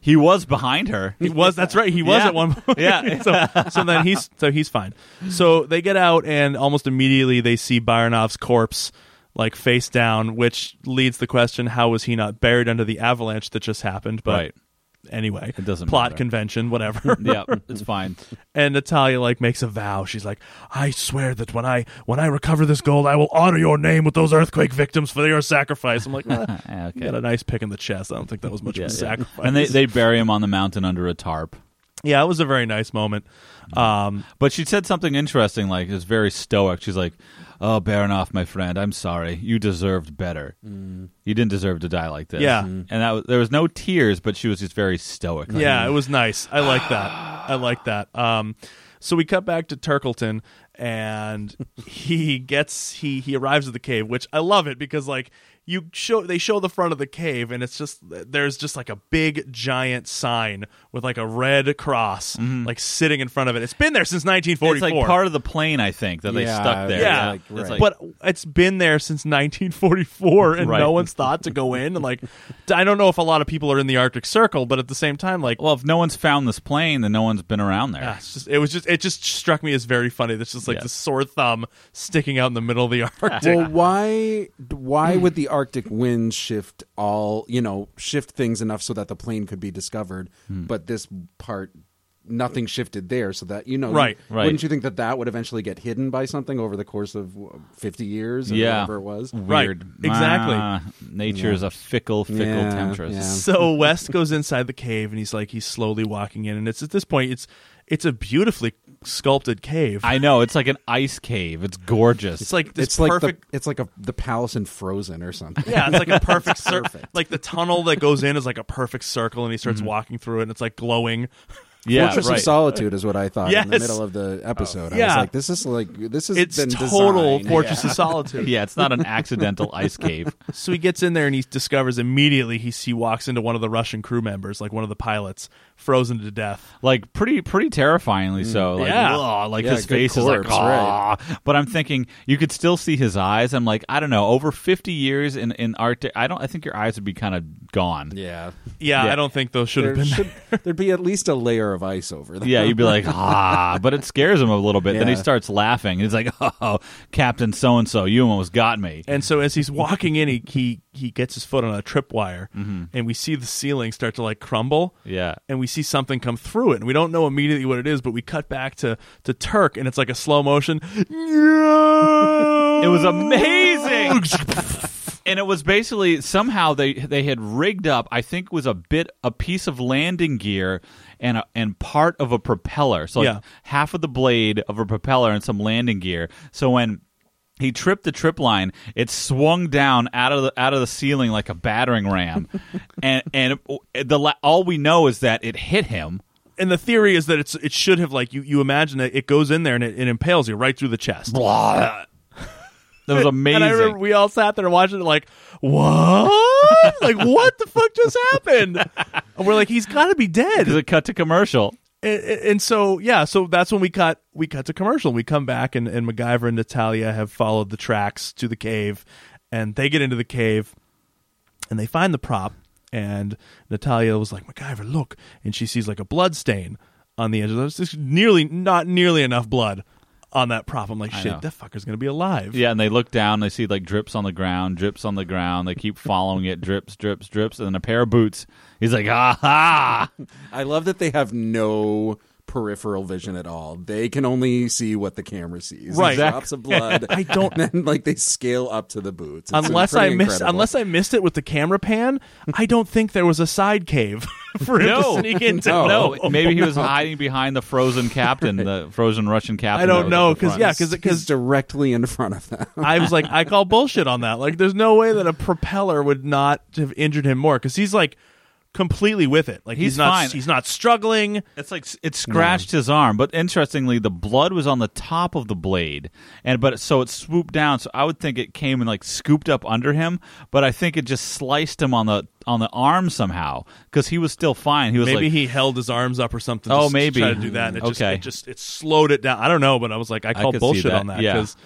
He was behind her.
He was. That's right. He was
Yeah.
at one point.
Yeah.
so, so then he's so he's fine. So they get out and almost immediately they see Byronov's corpse like face down, which leads the question: How was he not buried under the avalanche that just happened? But
Right.
anyway,
It doesn't
plot
matter.
convention, whatever.
yeah, it's fine.
And Natalia like makes a vow. She's like, "I swear that when I when I recover this gold, I will honor your name with those earthquake victims for your sacrifice." I'm like, "Ah,
Yeah,
you got a nice pick in the chest. I don't think that was much
Yeah,
of a
yeah.
sacrifice.
And they, they bury him on the mountain under a tarp.
yeah, it was a very nice moment. Um,
But she said something interesting, like it's very stoic. She's like, "Oh, Baronoff, my friend, I'm sorry. You deserved better. You didn't deserve to die like this."
Mm. Yeah.
and
Mm-hmm.
Mm.
that was, there was no tears, but she was just very stoic. Like,
Yeah, it was nice. I like that. I like that. Um, so we cut back to Turkleton, and he gets he he arrives at the cave, which I love it because like you show they show the front of the cave, and it's just there's just like a big giant sign with like a red cross like sitting in front of it. It's been there since
Mm-hmm. it's
1944.
like part of the plane, I think, that they
Yeah,
stuck there.
yeah,
It's
like,
like-
but it's been there since 1944, and
Right.
no one's thought to go in. And like, I don't know if a lot of people are in the Arctic Circle, but at the same time, like,
well, if no one's found this plane, then no one's been around there.
yeah, Ah,
Ah,
it's just, it was just it just struck me as very funny. That's just like
Yeah.
the sore thumb sticking out in the middle of the Arctic.
Well, why why
Hmm.
would the Arctic wind shift all you know shift things enough so that the plane could be discovered,
Hmm.
but this part nothing shifted there so that you know
Right,
right.
wouldn't you think that that would eventually get hidden by something over the course of w- 50 years or
Yeah.
whatever it was
Right,
Weird.
exactly.
Ah, nature is a fickle, fickle
Yeah,
temptress.
yeah.
so West goes inside the cave and he's like he's slowly walking in, and it's at this point it's it's a beautifully sculpted cave.
I know. It's like an ice cave. It's gorgeous.
it's like this
it's like
perfect.
the, it's like a the palace in Frozen or something
yeah, it's like a perfect circle. Like the tunnel that goes in is like a perfect circle, and he starts walking through it, and it's like glowing.
yeah,
Fortress
right.
of Solitude is what I thought in the
Yes.
middle of the episode. I
Yeah.
was like, this is like this has
It's
been
total
designed.
Fortress of Solitude.
yeah, it's not an accidental ice cave.
So he gets in there and he discovers immediately he he walks into one of the Russian crew members, like one of the pilots, frozen to death.
like pretty pretty terrifyingly so like
Yeah.
"Whoa," like
Mm, Yeah,
his
good
face is like
corpse, right.
"Aw." but i'm thinking you could still see his eyes i'm like i don't know over 50 years in in arctic i don't i think your eyes would be kind of gone
Yeah,
Yeah,
Yeah.
I don't think those should have
there
been there.
should there'd be at least a layer of ice over there.
yeah you'd be like ah but it scares him a little bit then he
Yeah.
starts laughing he's like oh captain so and so you almost got me
And so as he's walking in, he he, he gets his foot on a tripwire, and we see the ceiling start to like crumble.
yeah
And we see something come through it, and we don't know immediately what it is, but we cut back to to Turk, and it's like a slow motion.
it
it
was amazing and it was basically somehow they they had rigged up i think it was a bit a piece of landing gear and a, and part of a propeller so like
Yeah.
half of the blade of a propeller and some landing gear so when he tripped the trip line. It swung down out of the out of the ceiling like a battering ram, and and the la- all we know is that it hit him.
And the theory is that it's it should have like you you imagine that it goes in there and it, it impales you right through the chest.
Blah. That was amazing.
And I remember we all sat there and watched it like, what? like, what the fuck just happened? And we're like, he's got to be dead.
Because it cut to commercial.
and, and so yeah, so that's when we cut we cut to commercial. We come back and, and MacGyver and Natalia have followed the tracks to the cave, and they get into the cave, and they find the prop. And Natalia was like, "MacGyver, look!" And she sees like a blood stain on the edge of the. There's nearly not nearly enough blood on that prop. I'm like,
know.
"Shit, that fucker's gonna be alive."
Yeah, and they look down. They see like drips on the ground, drips on the ground. They keep following it, drips, drips, drips, and then a pair of boots. He's like, ah ha!
I love that they have no peripheral vision at all. They can only see what the camera sees.
Right.
drops of blood.
I don't-
And then like they scale up to the boots. It's
unless I
pretty
missed
incredible.
unless I missed it with the camera pan, I don't think there was a side cave for him
No.
to sneak into.
No, maybe he was hiding behind the frozen captain, the frozen Russian captain.
I
that
don't
was at
know
the
because
front.
yeah, because
He's directly in front of them.
I was like, I call bullshit on that. Like, there's no way that a propeller would not have injured him more because he's like completely with it. Like he's,
He's
not
fine.
he's not struggling.
It's like it scratched his arm, but interestingly, the blood was on the top of the blade, and but so it swooped down. So I would think it came and like scooped up under him, but I think it just sliced him on the on the arm somehow because he was still fine. He was
Maybe
like,
he held his arms up or something.
Oh,
just to
maybe.
try to do that. And it just
Okay.
it just it slowed it down. I don't know, but I was like, I
I
call
could see
bullshit
that,
on that
yeah.
because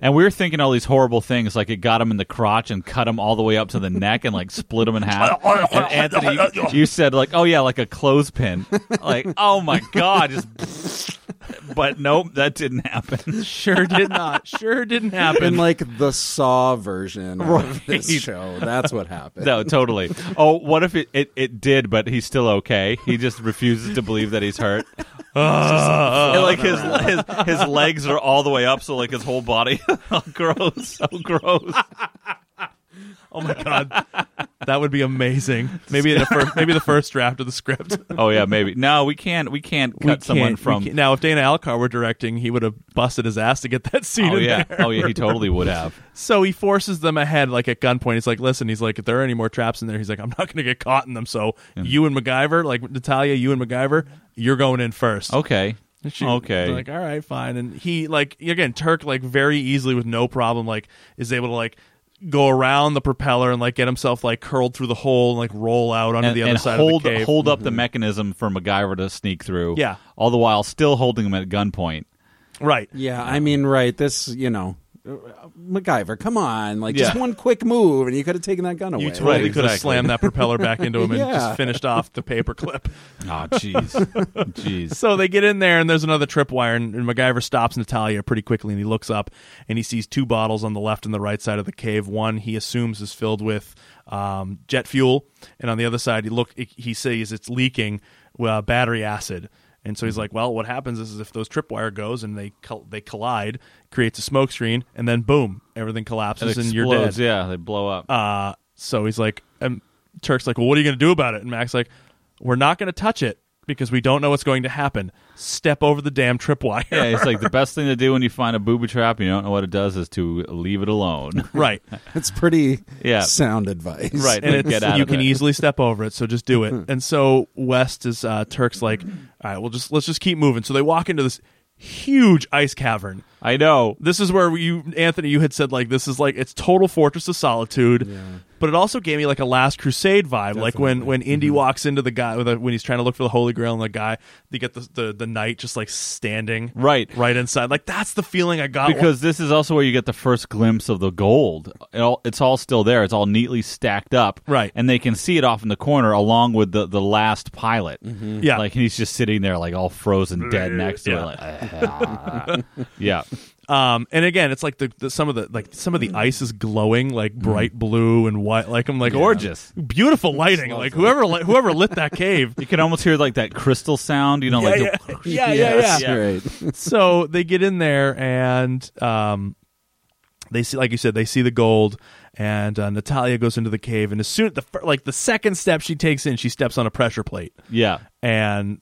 And we were thinking all these horrible things, like it got him in the crotch and cut him all the way up to the neck and like split him in half. And Anthony, you- you said like, "Oh yeah, like a clothespin." Like, oh my god, just. But nope, that didn't happen.
Sure did not. Sure didn't happen.
in like the Saw version of this
Right.
show. That's what happened.
No, totally. Oh, what if it, it, it did, but he's still okay? He just refuses to believe that he's hurt. and like his, his his legs are all the way up, so like his whole body. oh, gross! So gross.
oh my god, that would be amazing. Maybe the first, maybe the first draft of the script.
Oh yeah, maybe. No, we can't. We can't cut
We
someone
can't- we
from.
can't- now. If Dana Alcar were directing, he would have busted his ass to get that scene.
Oh
in
yeah.
there.
Oh yeah. He totally would have.
So he forces them ahead, like at gunpoint. He's like, "Listen," he's like, "If there are any more traps in there, he's like, I'm not going to get caught in them. So you and MacGyver, like Natalia, you and MacGyver, you're going in first.
Okay.
She-
Oh, okay.
Like, all right, fine. And he, like, again, Turk, like, very easily with no problem, like, is able to, like, go around the propeller and, like, get himself, like, curled through the hole and, like, roll out onto
and,
the other
and
side
hold
of the cave. Mm-hmm.
hold up the mechanism for MacGyver to sneak through.
Yeah.
All the while still holding him at gunpoint.
right.
Yeah, I mean, right. This, you know, uh, MacGyver, come on. Like, just
Yeah.
one quick move, and you could have taken that gun away.
You totally
Right,
could have
exactly.
slammed that propeller back into him and
Yeah.
just finished off the paperclip.
Oh jeez. jeez.
So they get in there, and there's another tripwire, and, and MacGyver stops Natalia pretty quickly, and he looks up, and he sees two bottles on the left and the right side of the cave. One he assumes is filled with um, jet fuel, and on the other side he look he sees it's leaking uh, battery acid. And so he's like, "Well, what happens is, is if those tripwire goes and they col- they collide, creates a smoke screen, and then boom, everything collapses
It
and you're dead."
explodes. Yeah, they blow up.
Uh, so he's like, and Turk's like, well, what are you going to do about it? And Mac's like, we're not going to touch it because we don't know what's going to happen. Step over the damn tripwire.
yeah, it's like the best thing to do when you find a booby trap and you don't know what it does is to leave it alone.
right.
It's pretty
Yeah.
sound advice.
Right.
And
Like,
it's,
get out
you
of
can
it.
easily step over it, so just do it. and so West is uh, Turk's like, all right, well, just let's just keep moving. So they walk into this huge ice cavern.
I know.
This is where you, Anthony, you had said like this is like it's total fortress of solitude, but it also gave me like a Last Crusade vibe, like when when Indy walks into the guy with a, when he's trying to look for the Holy Grail and the guy they get the, the the knight just like standing
Right.
right inside, like that's the feeling I got
Because this is also where you get the first glimpse of the gold. It all, it's all still there. It's all neatly stacked up.
Right.
And they can see it off in the corner along with the, the last pilot.
Mm-hmm. Yeah.
Like he's just sitting there like all frozen dead next to
Yeah.
it. Like, "Ah." yeah.
Um, and again, it's like the, the some of the like some of the ice is glowing like bright blue and white. Like I'm like
Gorgeous.
beautiful lighting. Like whoever li- whoever lit that cave.
You can almost hear like that crystal sound, you know, like
yeah,
the,
yeah, yeah, yeah.
Yes, Right.
so they get in there and um, they see, like you said, they see the gold. And uh, Natalia goes into the cave, and as soon the fir- like the second step she takes in, she steps on a pressure plate
yeah.
and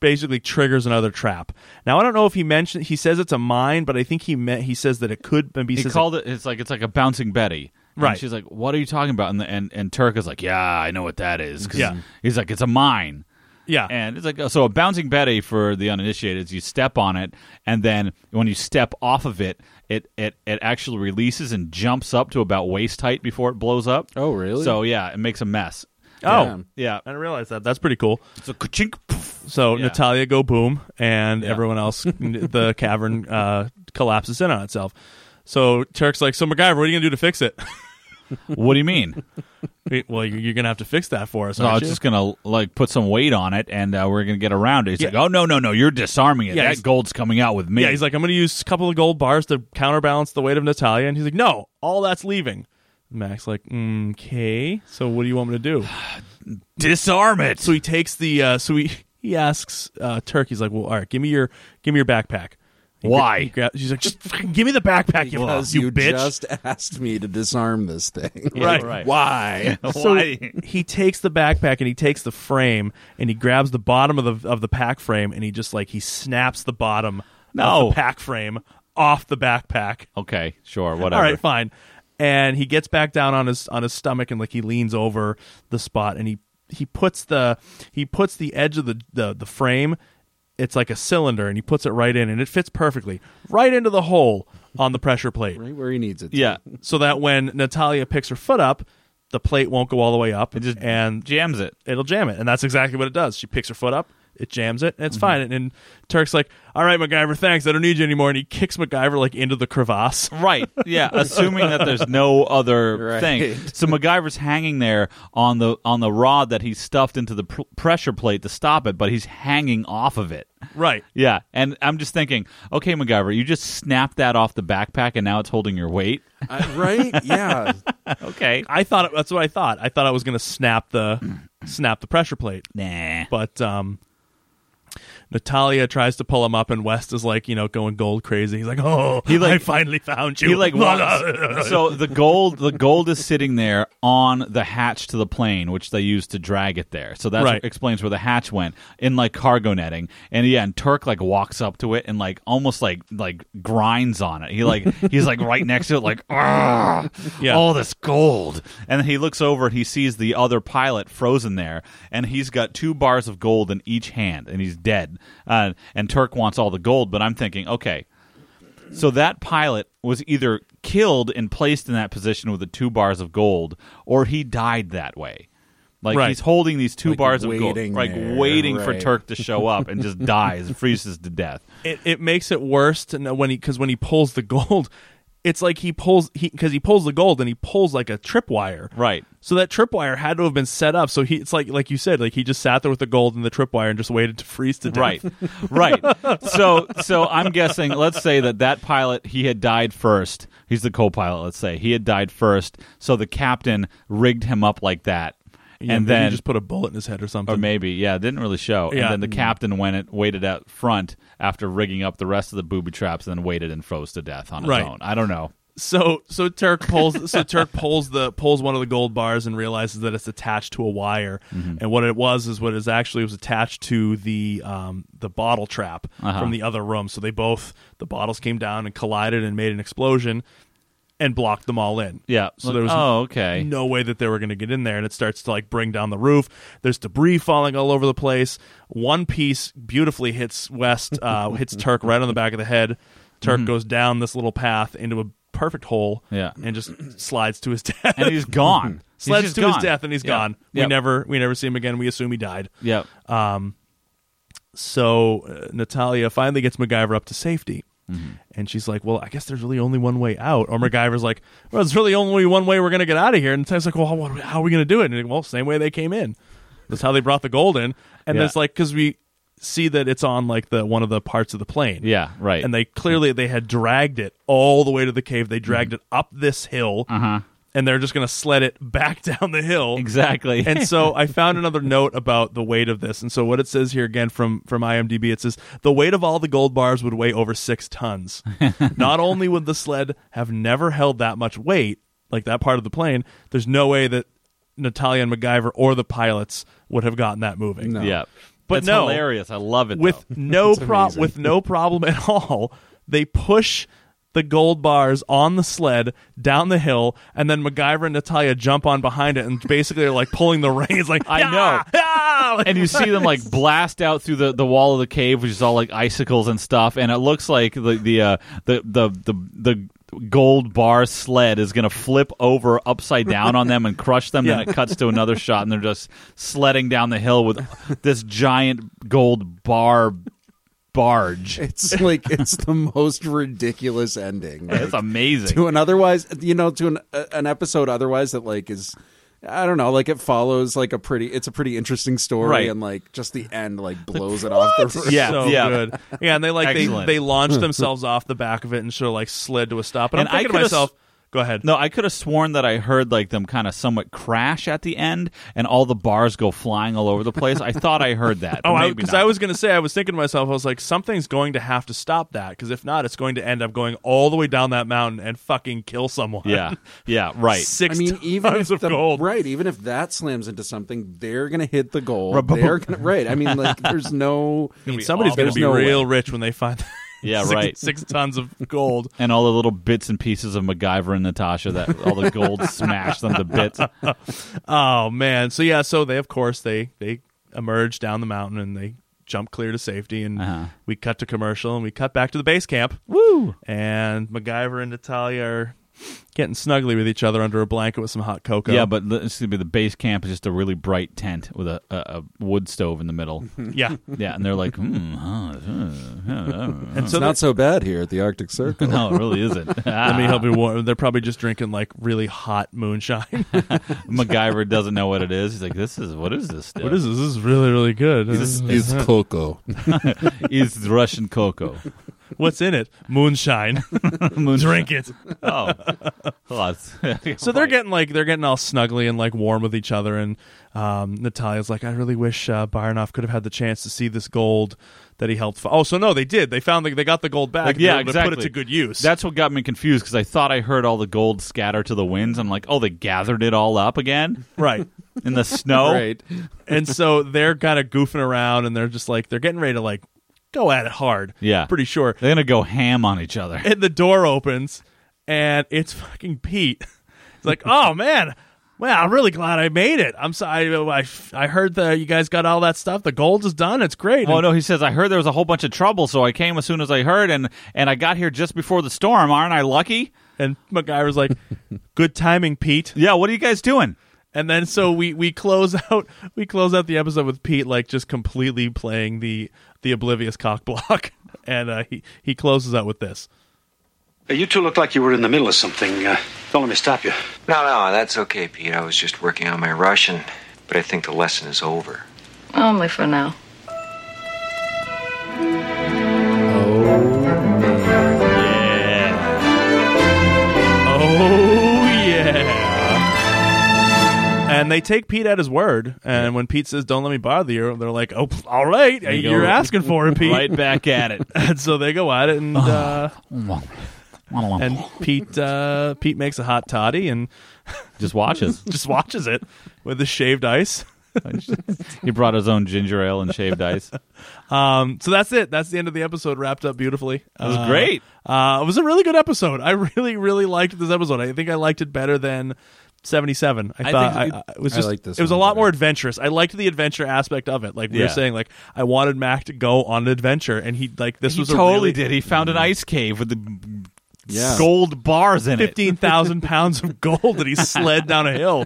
basically triggers another trap. Now I don't know if he mentioned he says it's a mine, but I think he meant he says that it could. Maybe
He
says
called it. It's like it's like a bouncing Betty. And
Right.
she's like, "What are you talking about?" And the, and and Turk is like, "Yeah, I know what that is." 'Cause
Yeah.
He's like, "It's a mine."
yeah,
And it's like so a bouncing Betty for the uninitiated is you step on it and then when you step off of it, it it, it actually releases and jumps up to about waist height before it blows up.
Oh, really?
So yeah, it makes a mess.
oh,
Damn.
Yeah.
I didn't realize that. That's pretty cool.
So ka-chink, poof.
So
Yeah.
Natalia go boom, and
Yeah.
everyone else, the cavern uh, collapses in on itself. So Turk's like, "So MacGyver, what are you gonna do to fix it?"
What do you mean?
Wait, well, you- you're gonna have to fix that for us.
So I
aren't
was
you?
just gonna like put some weight on it, and uh, we're gonna get around it. He's
Yeah.
like, "Oh no, no, no! You're disarming it.
Yeah, he's-
that gold's coming out with me."
yeah, he's like, "I'm gonna use a couple of gold bars to counterbalance the weight of Natalia," and he's like, "No, all that's leaving." Max like, "Okay, so what do you want me to do?"
disarm it.
So he takes the, uh, so he he asks uh, Turk, he's like, "Well, all right, give me your give me your backpack." He gra-
Why?
he gra- she's like, "Just fucking give me the backpack, you,
Because
you,
you
bitch."
just asked me to disarm this thing.
right.
Why?
So
Why?
he takes the backpack and he takes the frame and he grabs the bottom of the of the pack frame and he just like he snaps the bottom
No.
of the pack frame off the backpack.
Okay, sure, whatever.
All right, fine. And he gets back down on his on his stomach and like he leans over the spot and he he puts the he puts the edge of the the, the frame. It's like a cylinder and he puts it right in and it fits perfectly right into the hole on the pressure plate.
Right where he needs it.
Yeah,
So that when Natalia picks her foot up, the plate won't go all the way up
just
and
jams it.
it'll jam it. And that's exactly what it does. She picks her foot up, It jams it, and it's fine.
Mm-hmm.
And, and Turk's like, "All right, MacGyver, thanks. I don't need you anymore." And he kicks MacGyver like into the crevasse.
Right. Yeah. Assuming that there's no other thing. So MacGyver's hanging there on the on the rod that he stuffed into the pr- pressure plate to stop it, but he's hanging off of it.
Right.
Yeah. And I'm just thinking, okay, MacGyver, you just snapped that off the backpack, and now it's holding your weight.
Uh, right? Yeah.
Okay.
I thought it, that's what I thought. I thought I was going to snap the snap the pressure plate,
Nah.
but um, Natalia tries to pull him up, and West is like, you know, going gold crazy. He's like, "Oh,
He, like-
I finally found you."
He like walks. so the gold the gold is sitting there on the hatch to the plane, which they used to drag it there. So that
Right.
explains where the hatch went in like cargo netting. And yeah, and Turk like walks up to it and like almost like like grinds on it. He like he's like right next to it, like ah,
Yeah.
all this gold. And then he looks over and he sees the other pilot frozen there, and he's got two bars of gold in each hand, and he's dead. Uh, and Turk wants all the gold, but I'm thinking, okay. So that pilot was either killed and placed in that position with the two bars of gold, or he died that way. Like
Right.
he's holding these two
Like
bars of gold,
waiting
like
there,
waiting for
right.
Turk to show up and just dies, freezes to death.
it, it makes it worse to know when he because when he pulls the gold, it's like he pulls he because he pulls the gold and he pulls like a tripwire.
Right.
So that tripwire had to have been set up. So he it's like like you said, like he just sat there with the gold and the tripwire and just waited to freeze to death.
Right, right. So, so I'm guessing. Let's say that that pilot he had died first. He's the co-pilot. Let's say he had died first. So the captain rigged him up like that,
Yeah,
and
maybe he
then
just put a bullet in his head or something.
or maybe yeah, it didn't really show.
Yeah.
And
Mm-hmm.
then the captain went and waited out front after rigging up the rest of the booby traps, and then waited and froze to death on his
Right.
own. I don't know.
so so Turk pulls so Turk pulls the pulls one of the gold bars and realizes that it's attached to a wire,
Mm-hmm.
and what it was is what is actually was attached to the um, the bottle trap
Uh-huh.
from the other room. So they both the bottles came down and collided and made an explosion, and blocked them all in.
Yeah.
So there was
oh okay.
no way that they were going to get in there and it starts to like bring down the roof there's debris falling all over the place one piece beautifully hits west uh, hits turk right on the back of the head turk goes down this little path into a perfect hole
Mm-hmm. Yeah.
and just slides to his death
and he's gone. He's
slides
just
to
gone.
his death and he's
Yeah.
gone
Yeah.
we never Uh, we never see him again we assume he died
Yeah.
so uh, Natalia finally gets MacGyver up to safety.
Mm-hmm.
And she's like, "Well, I guess there's really only one way out." Or MacGyver's like, "Well, there's really only one way we're gonna get out of here." And Ted's like, "Well, what, how are we gonna do it?" And he- well, same way they came in. That's how they brought the gold in. And
Yeah.
it's like because we see that it's on like the one of the parts of the plane.
Yeah, right.
And they clearly they had dragged it all the way to the cave. They dragged it
Mm-hmm.
up this hill, and they're just gonna sled it back down the hill
Uh-huh. Exactly.
and so I found another note about the weight of this. And so what it says here again from from IMDb, it says the weight of all the gold bars would weigh over six tons. Not only would the sled have never held that much weight, like that part of the plane, there's no way that Natalia and MacGyver or the pilots would have gotten that moving.
yeah.
But
That's
no.
hilarious. I love it.
With no pro- with no problem at all, they push the gold bars on the sled down the hill, and then MacGyver and Natalia jump on behind it, and basically are like pulling the reins. Like
I know.
"Ah, ah," like-
and you see them like blast out through the, the wall of the cave, which is all like icicles and stuff, and it looks like the the uh, the, the the the gold bar sled is gonna flip over upside down on them and crush them. Then
Yeah.
it cuts to another shot, and they're just sledding down the hill with this giant gold bar barge.
It's like it's the most ridiculous ending.
It's
like,
amazing.
to an otherwise, you know, to an uh, an episode otherwise that like is I don't know, like it follows like a pretty it's a pretty interesting story
Right.
and like just the end like blows it off the roof.
Yeah,
so
yeah.
good. Yeah, and they like they,
Excellent.
they launched themselves off the back of it and sort of like slid to a stop. And,
And I
I'm thinking to
could've s-
myself, go ahead.
No, I could have sworn that I heard like them kind of somewhat crash at the end, and all the bars go flying all over the place. I thought I heard that. but
Oh,
maybe
because
not.
I, was going to say, I was thinking to myself, I was like, something's going to have to stop that because if not, it's going to end up going all the way down that mountain and fucking kill someone.
Yeah, yeah, right.
six
I mean, even
tons
if
of
the,
gold.
right, even if that slams into something, they're gonna hit the goal.
Rub-
They're gonna, right. I mean, like there's no.
I mean, somebody's going to
awful.
be
There's no
real rich when they find.
Yeah,
six,
right.
Six tons of gold.
and all the little bits and pieces of MacGyver and Natasha that all the gold smashed them to bits.
Oh man. So yeah. So they, of course, they they emerge down the mountain and they jump clear to safety. And
Uh-huh.
we cut to commercial and we cut back to the base camp.
Woo!
and MacGyver and Natalia are getting snuggly with each other under a blanket with some hot cocoa.
Yeah, but the- it's gonna be the base camp is just a really bright tent with a, a, a wood stove in the middle.
yeah.
yeah, and they're like, hmm, huh, huh, huh, huh."
And so
Not so bad here at the Arctic Circle.
no, it really isn't. Ah,
let me help you. Warm. They're probably just drinking like really hot moonshine.
MacGyver doesn't know what it is. He's like, this is what is this?
what is this? This is really really good.
Mm-hmm.
It's
Uh-huh.
Coco.
It's Russian cocoa.
What's in it? Moonshine. Drink it.
Oh, lots.
So they're getting like they're getting all snuggly and like warm with each other. And um, Natalia's like, I really wish uh, Baranov could have had the chance to see this gold that he helped. F- oh, so no, they did. They found like they got the gold back.
Like,
and they
yeah,
were able to
exactly.
Put it to good use.
That's what got me confused because I thought I heard all the gold scatter to the winds. I'm like, oh, they gathered it all up again
right.
in the snow.
Right.
and so they're kind of goofing around and they're just like they're getting ready to like go at it hard.
Yeah.
pretty sure.
They're gonna go ham on each other.
and the door opens and it's fucking Pete. It's like, oh man, well, I'm really glad I made it. I'm sorry, I, I, I heard that you guys got all that stuff. The gold is done. It's great.
Oh no, he says I heard there was a whole bunch of trouble, so I came as soon as I heard, and and I got here just before the storm. Aren't I lucky?
And MacGyver's like, good timing, Pete.
Yeah. What are you guys doing?
And then so we we close out we close out the episode with Pete like just completely playing the the oblivious cock block, and uh, he he closes out with this.
You two look like you were in the middle of something. Uh, don't let me stop you.
No, no, that's okay, Pete. I was just working on my Russian, but I think the lesson is over.
Only for now.
Oh yeah. And they take Pete at his word, and when Pete says, "Don't let me bother you," they're like, "Oh, pff, all right,
go
you're asking for it, Pete."
Right back at it.
And so they go at it, and uh,
and
and Pete uh, Pete makes a hot toddy and
just watches.
just watches it with the shaved ice.
he brought his own ginger ale and shaved ice. It
Um, so that's it. That's the end of the episode, wrapped up beautifully. It
was great.
Uh, it was a really good episode. I really, really liked this episode. I think I liked it better than 77. I,
I
thought
think
I,
it-
I- it was
I
just,
like this
it was a
one
lot
better.
more adventurous. I liked the adventure aspect of it. Like we were
Yeah.
saying, like I wanted Mac to go on an adventure, and he like this
he
was
totally
a really
did. He found an ice cave with the
Yeah.
gold bars in it.
fifteen thousand pounds of gold that he sled down a hill.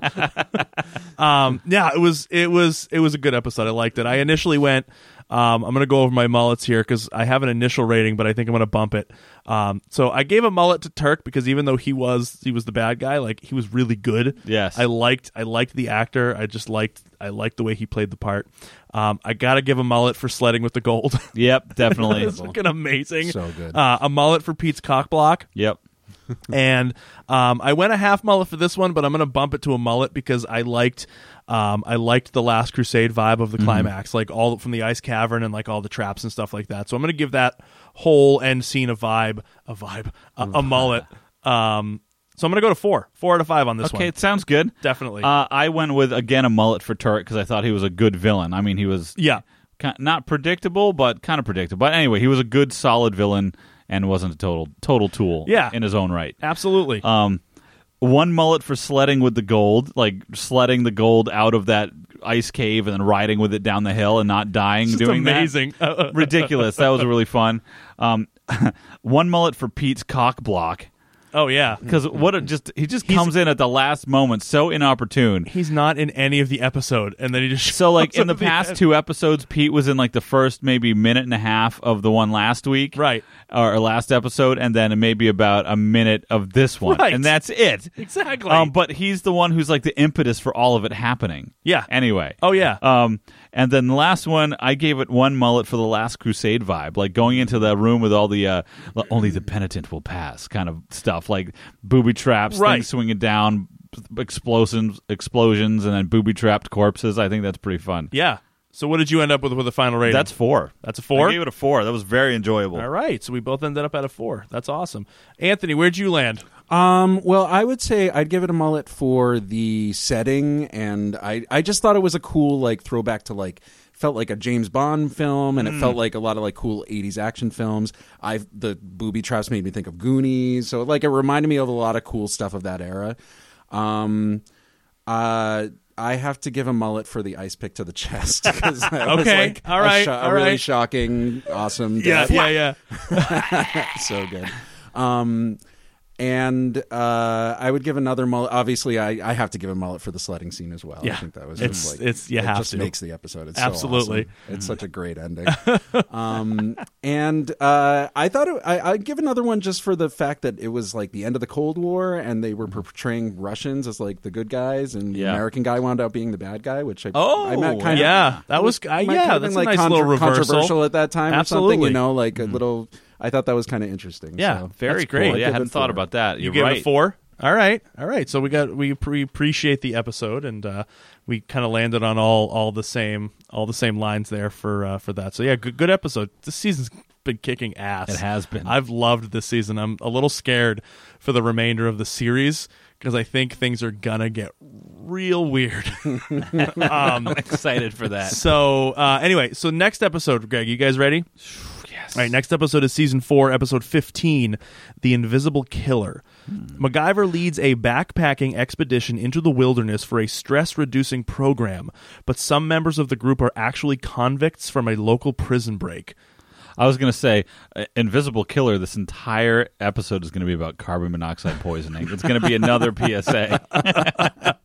um, yeah, it was it was it was a good episode. I liked it. I initially went. Um, I'm gonna go over my mullets here because I have an initial rating, but I think I'm gonna bump it. Um, so I gave a mullet to Turk because even though he was he was the bad guy, like he was really good.
Yes.
I liked I liked the actor. I just liked I liked the way he played the part. Um, I gotta give a mullet for sledding with the gold.
Yep, definitely.
it's fucking amazing.
So good.
Uh, a mullet for Pete's cock block
yep.
and um, I went a half mullet for this one, but I'm going to bump it to a mullet because I liked um, I liked the Last Crusade vibe
Mm-hmm.
of the climax, like all from the ice cavern and like all the traps and stuff like that. So I'm going to give that whole end scene a vibe, a vibe, a, a mullet. Um, so I'm going to go to four, four out of five on this
Okay,
one.
it sounds good.
Definitely.
Uh, I went with again a mullet for Turk because I thought he was a good villain. I mean, he was
yeah,
ki- not predictable, but kind of predictable. But anyway, he was a good, solid villain and wasn't a total total tool.
Yeah.
in his own right.
absolutely.
Um, one mullet for sledding with the gold, like sledding the gold out of that ice cave and then riding with it down the hill and not dying.
It's
doing that.
amazing.
uh, ridiculous. That was really fun. Um, one mullet for Pete's cock block
oh yeah.
because what a, just he just comes in at the last moment, so inopportune.
He's not in any of the episode, and then he just
So like
shows
in the
up at
past
end.
two episodes, Pete was in like the first maybe minute and a half of the one last week,
Right.
Or last episode, and then maybe about a minute of this one,
Right.
and that's it.
exactly.
Um, but he's the one who's like the impetus for all of it happening.
Yeah.
Anyway.
oh yeah,
Um, and then the last one, I gave it one mullet for the Last Crusade vibe, like going into the room with all the uh, l- only the penitent will pass kind of stuff, like booby traps,
Right.
things swinging down, explosions, explosions, and then booby trapped corpses. I think that's pretty fun.
yeah. So what did you end up with with a final rating?
That's four.
That's a four?
I gave it a four. That was very enjoyable.
All right, so we both ended up at a four. That's awesome. Anthony, where'd you land?
Um, well, I would say I'd give it a mullet for the setting, and I, I just thought it was a cool like throwback to like felt like a James Bond film,
Mm.
and it felt like a lot of like cool '80s action films. I the booby traps made me think of Goonies, so like it reminded me of a lot of cool stuff of that era. Um, uh, I have to give a mullet for the ice pick to the chest because that was
Okay,
like
all
a
right,
sho-
all
a really
right.
shocking, awesome. death
yeah, yeah.
so good. Um, And uh, I would give another mullet. Obviously, I, I have to give a mullet for the sledding scene as well.
Yeah.
I think that was
It's-
just like
it's- you
it
have
just
to.
makes the episode. It's so
Absolutely.
awesome. it's such a great ending. um, and uh, I thought it, I, I'd give another one just for the fact that it was like the end of the Cold War, and they were portraying Russians as like the good guys, and the
Yeah.
American guy wound up being the bad guy, which I
Oh,
I meant kind of
yeah, that was
might have
uh, yeah,
been,
that's
like
a nice
contro-
little reversal.
controversial at that time or something.
Absolutely.
You know, like a little. I thought that was kind of interesting.
Yeah,
so.
very
That's
great.
cool.
yeah, I
give
hadn't
it
thought
four.
about that.
You
You're
gave
right.
it a four. All right, all right. So we got we pre- appreciate the episode, and uh, we kind of landed on all all the same all the same lines there for uh, for that. So yeah, good, good episode. This season's been kicking ass.
It has been.
I've loved this season. I'm a little scared for the remainder of the series because I think things are gonna get real weird. um,
Excited for that.
so uh, anyway, so next episode, Greg, you guys ready? Yes. All right, next episode is season four, episode fifteen, "The Invisible Killer." MacGyver leads a backpacking expedition into the wilderness for a stress-reducing program, but some members of the group are actually convicts from a local prison break.
I was going to say, uh, Invisible Killer, this entire episode is going to be about carbon monoxide poisoning. it's going to be another PSA.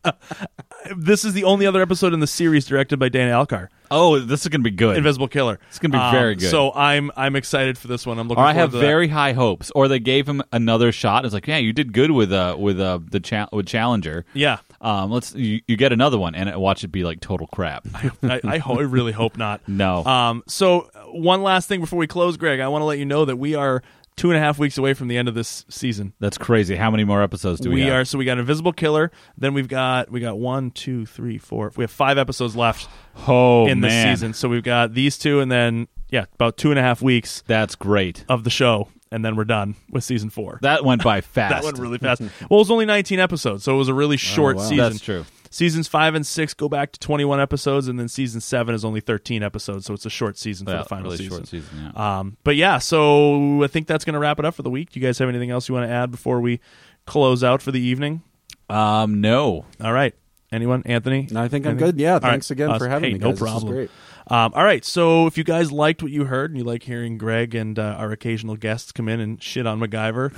This is the only other episode in the series directed by Dan Alcar,
Oh, this is going to be good.
Invisible Killer. Um,
It's gonna be very good.
So I'm I'm excited for this one. I'm looking.
or I
forward
have
to that.
very high hopes. Or they gave him another shot. It's like, yeah, you did good with uh with uh the cha- with Challenger.
Yeah.
Um, let's you, you get another one and watch it be like total crap.
I, I, ho- I really hope not.
No.
Um. So uh, one last thing before we close, Greg, I want to let you know that we are two and a half weeks away from the end of this season.
That's crazy. How many more episodes do we,
we
have?
are so we got Invisible Killer. Then we've got we got one, two, three, four. We have five episodes left
oh
in this
man.
season. So we've got these two, and then yeah, about two and a half weeks
That's great.
of the show, and then we're done with season four.
That went by fast.
That went really fast. well, it was only 19 episodes, so it was a really short
Oh, wow.
season.
That's true.
Seasons five and six go back to 21 episodes, and then season seven is only 13 episodes, so it's a short season for
Yeah,
the final
really
season.
short season, yeah.
Um, but yeah, so I think that's going to wrap it up for the week. Do you guys have anything else you want to add before we close out for the evening?
Um, no.
All right. Anyone? Anthony?
No, I think I'm
Anything?
good. Yeah,
All
thanks again for having
hey,
me,
No
guys. This was
problem.
great.
Um, all right. So if you guys liked what you heard and you like hearing Greg and uh, our occasional guests come in and shit on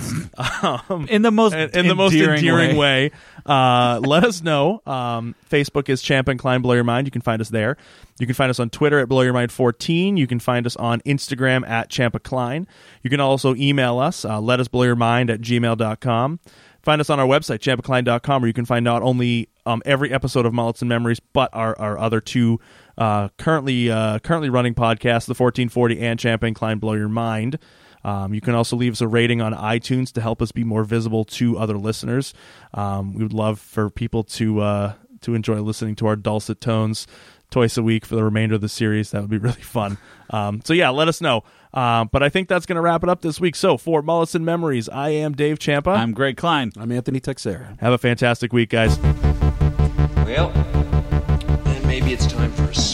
MacGyver, um,
In the most
in, in the most
endearing
endearing
way.
way. Uh, let us know. Um, Facebook is Champ and Klein Blow Your Mind. You can find us there. You can find us on Twitter at Blow Your Mind 14. You can find us on Instagram at Champa Klein. You can also email us, uh, let us blow your mind at gmail.com. Find us on our website, champacline.com, where you can find not only um, every episode of Mullets and Memories, but our, our other two uh, currently uh, currently running podcasts, The 1440 and Champ and Klein Blow Your Mind. Um, you can also leave us a rating on iTunes to help us be more visible to other listeners. Um, we would love for people to uh, to enjoy listening to our dulcet tones twice a week for the remainder of the series. That would be really fun. Um, so yeah, let us know. Um, but I think that's going to wrap it up this week. So for Mullison Memories, I am Dave Champa.
I'm Greg Klein.
I'm Anthony Texera.
Have a fantastic week, guys.
Well, then maybe it's time for a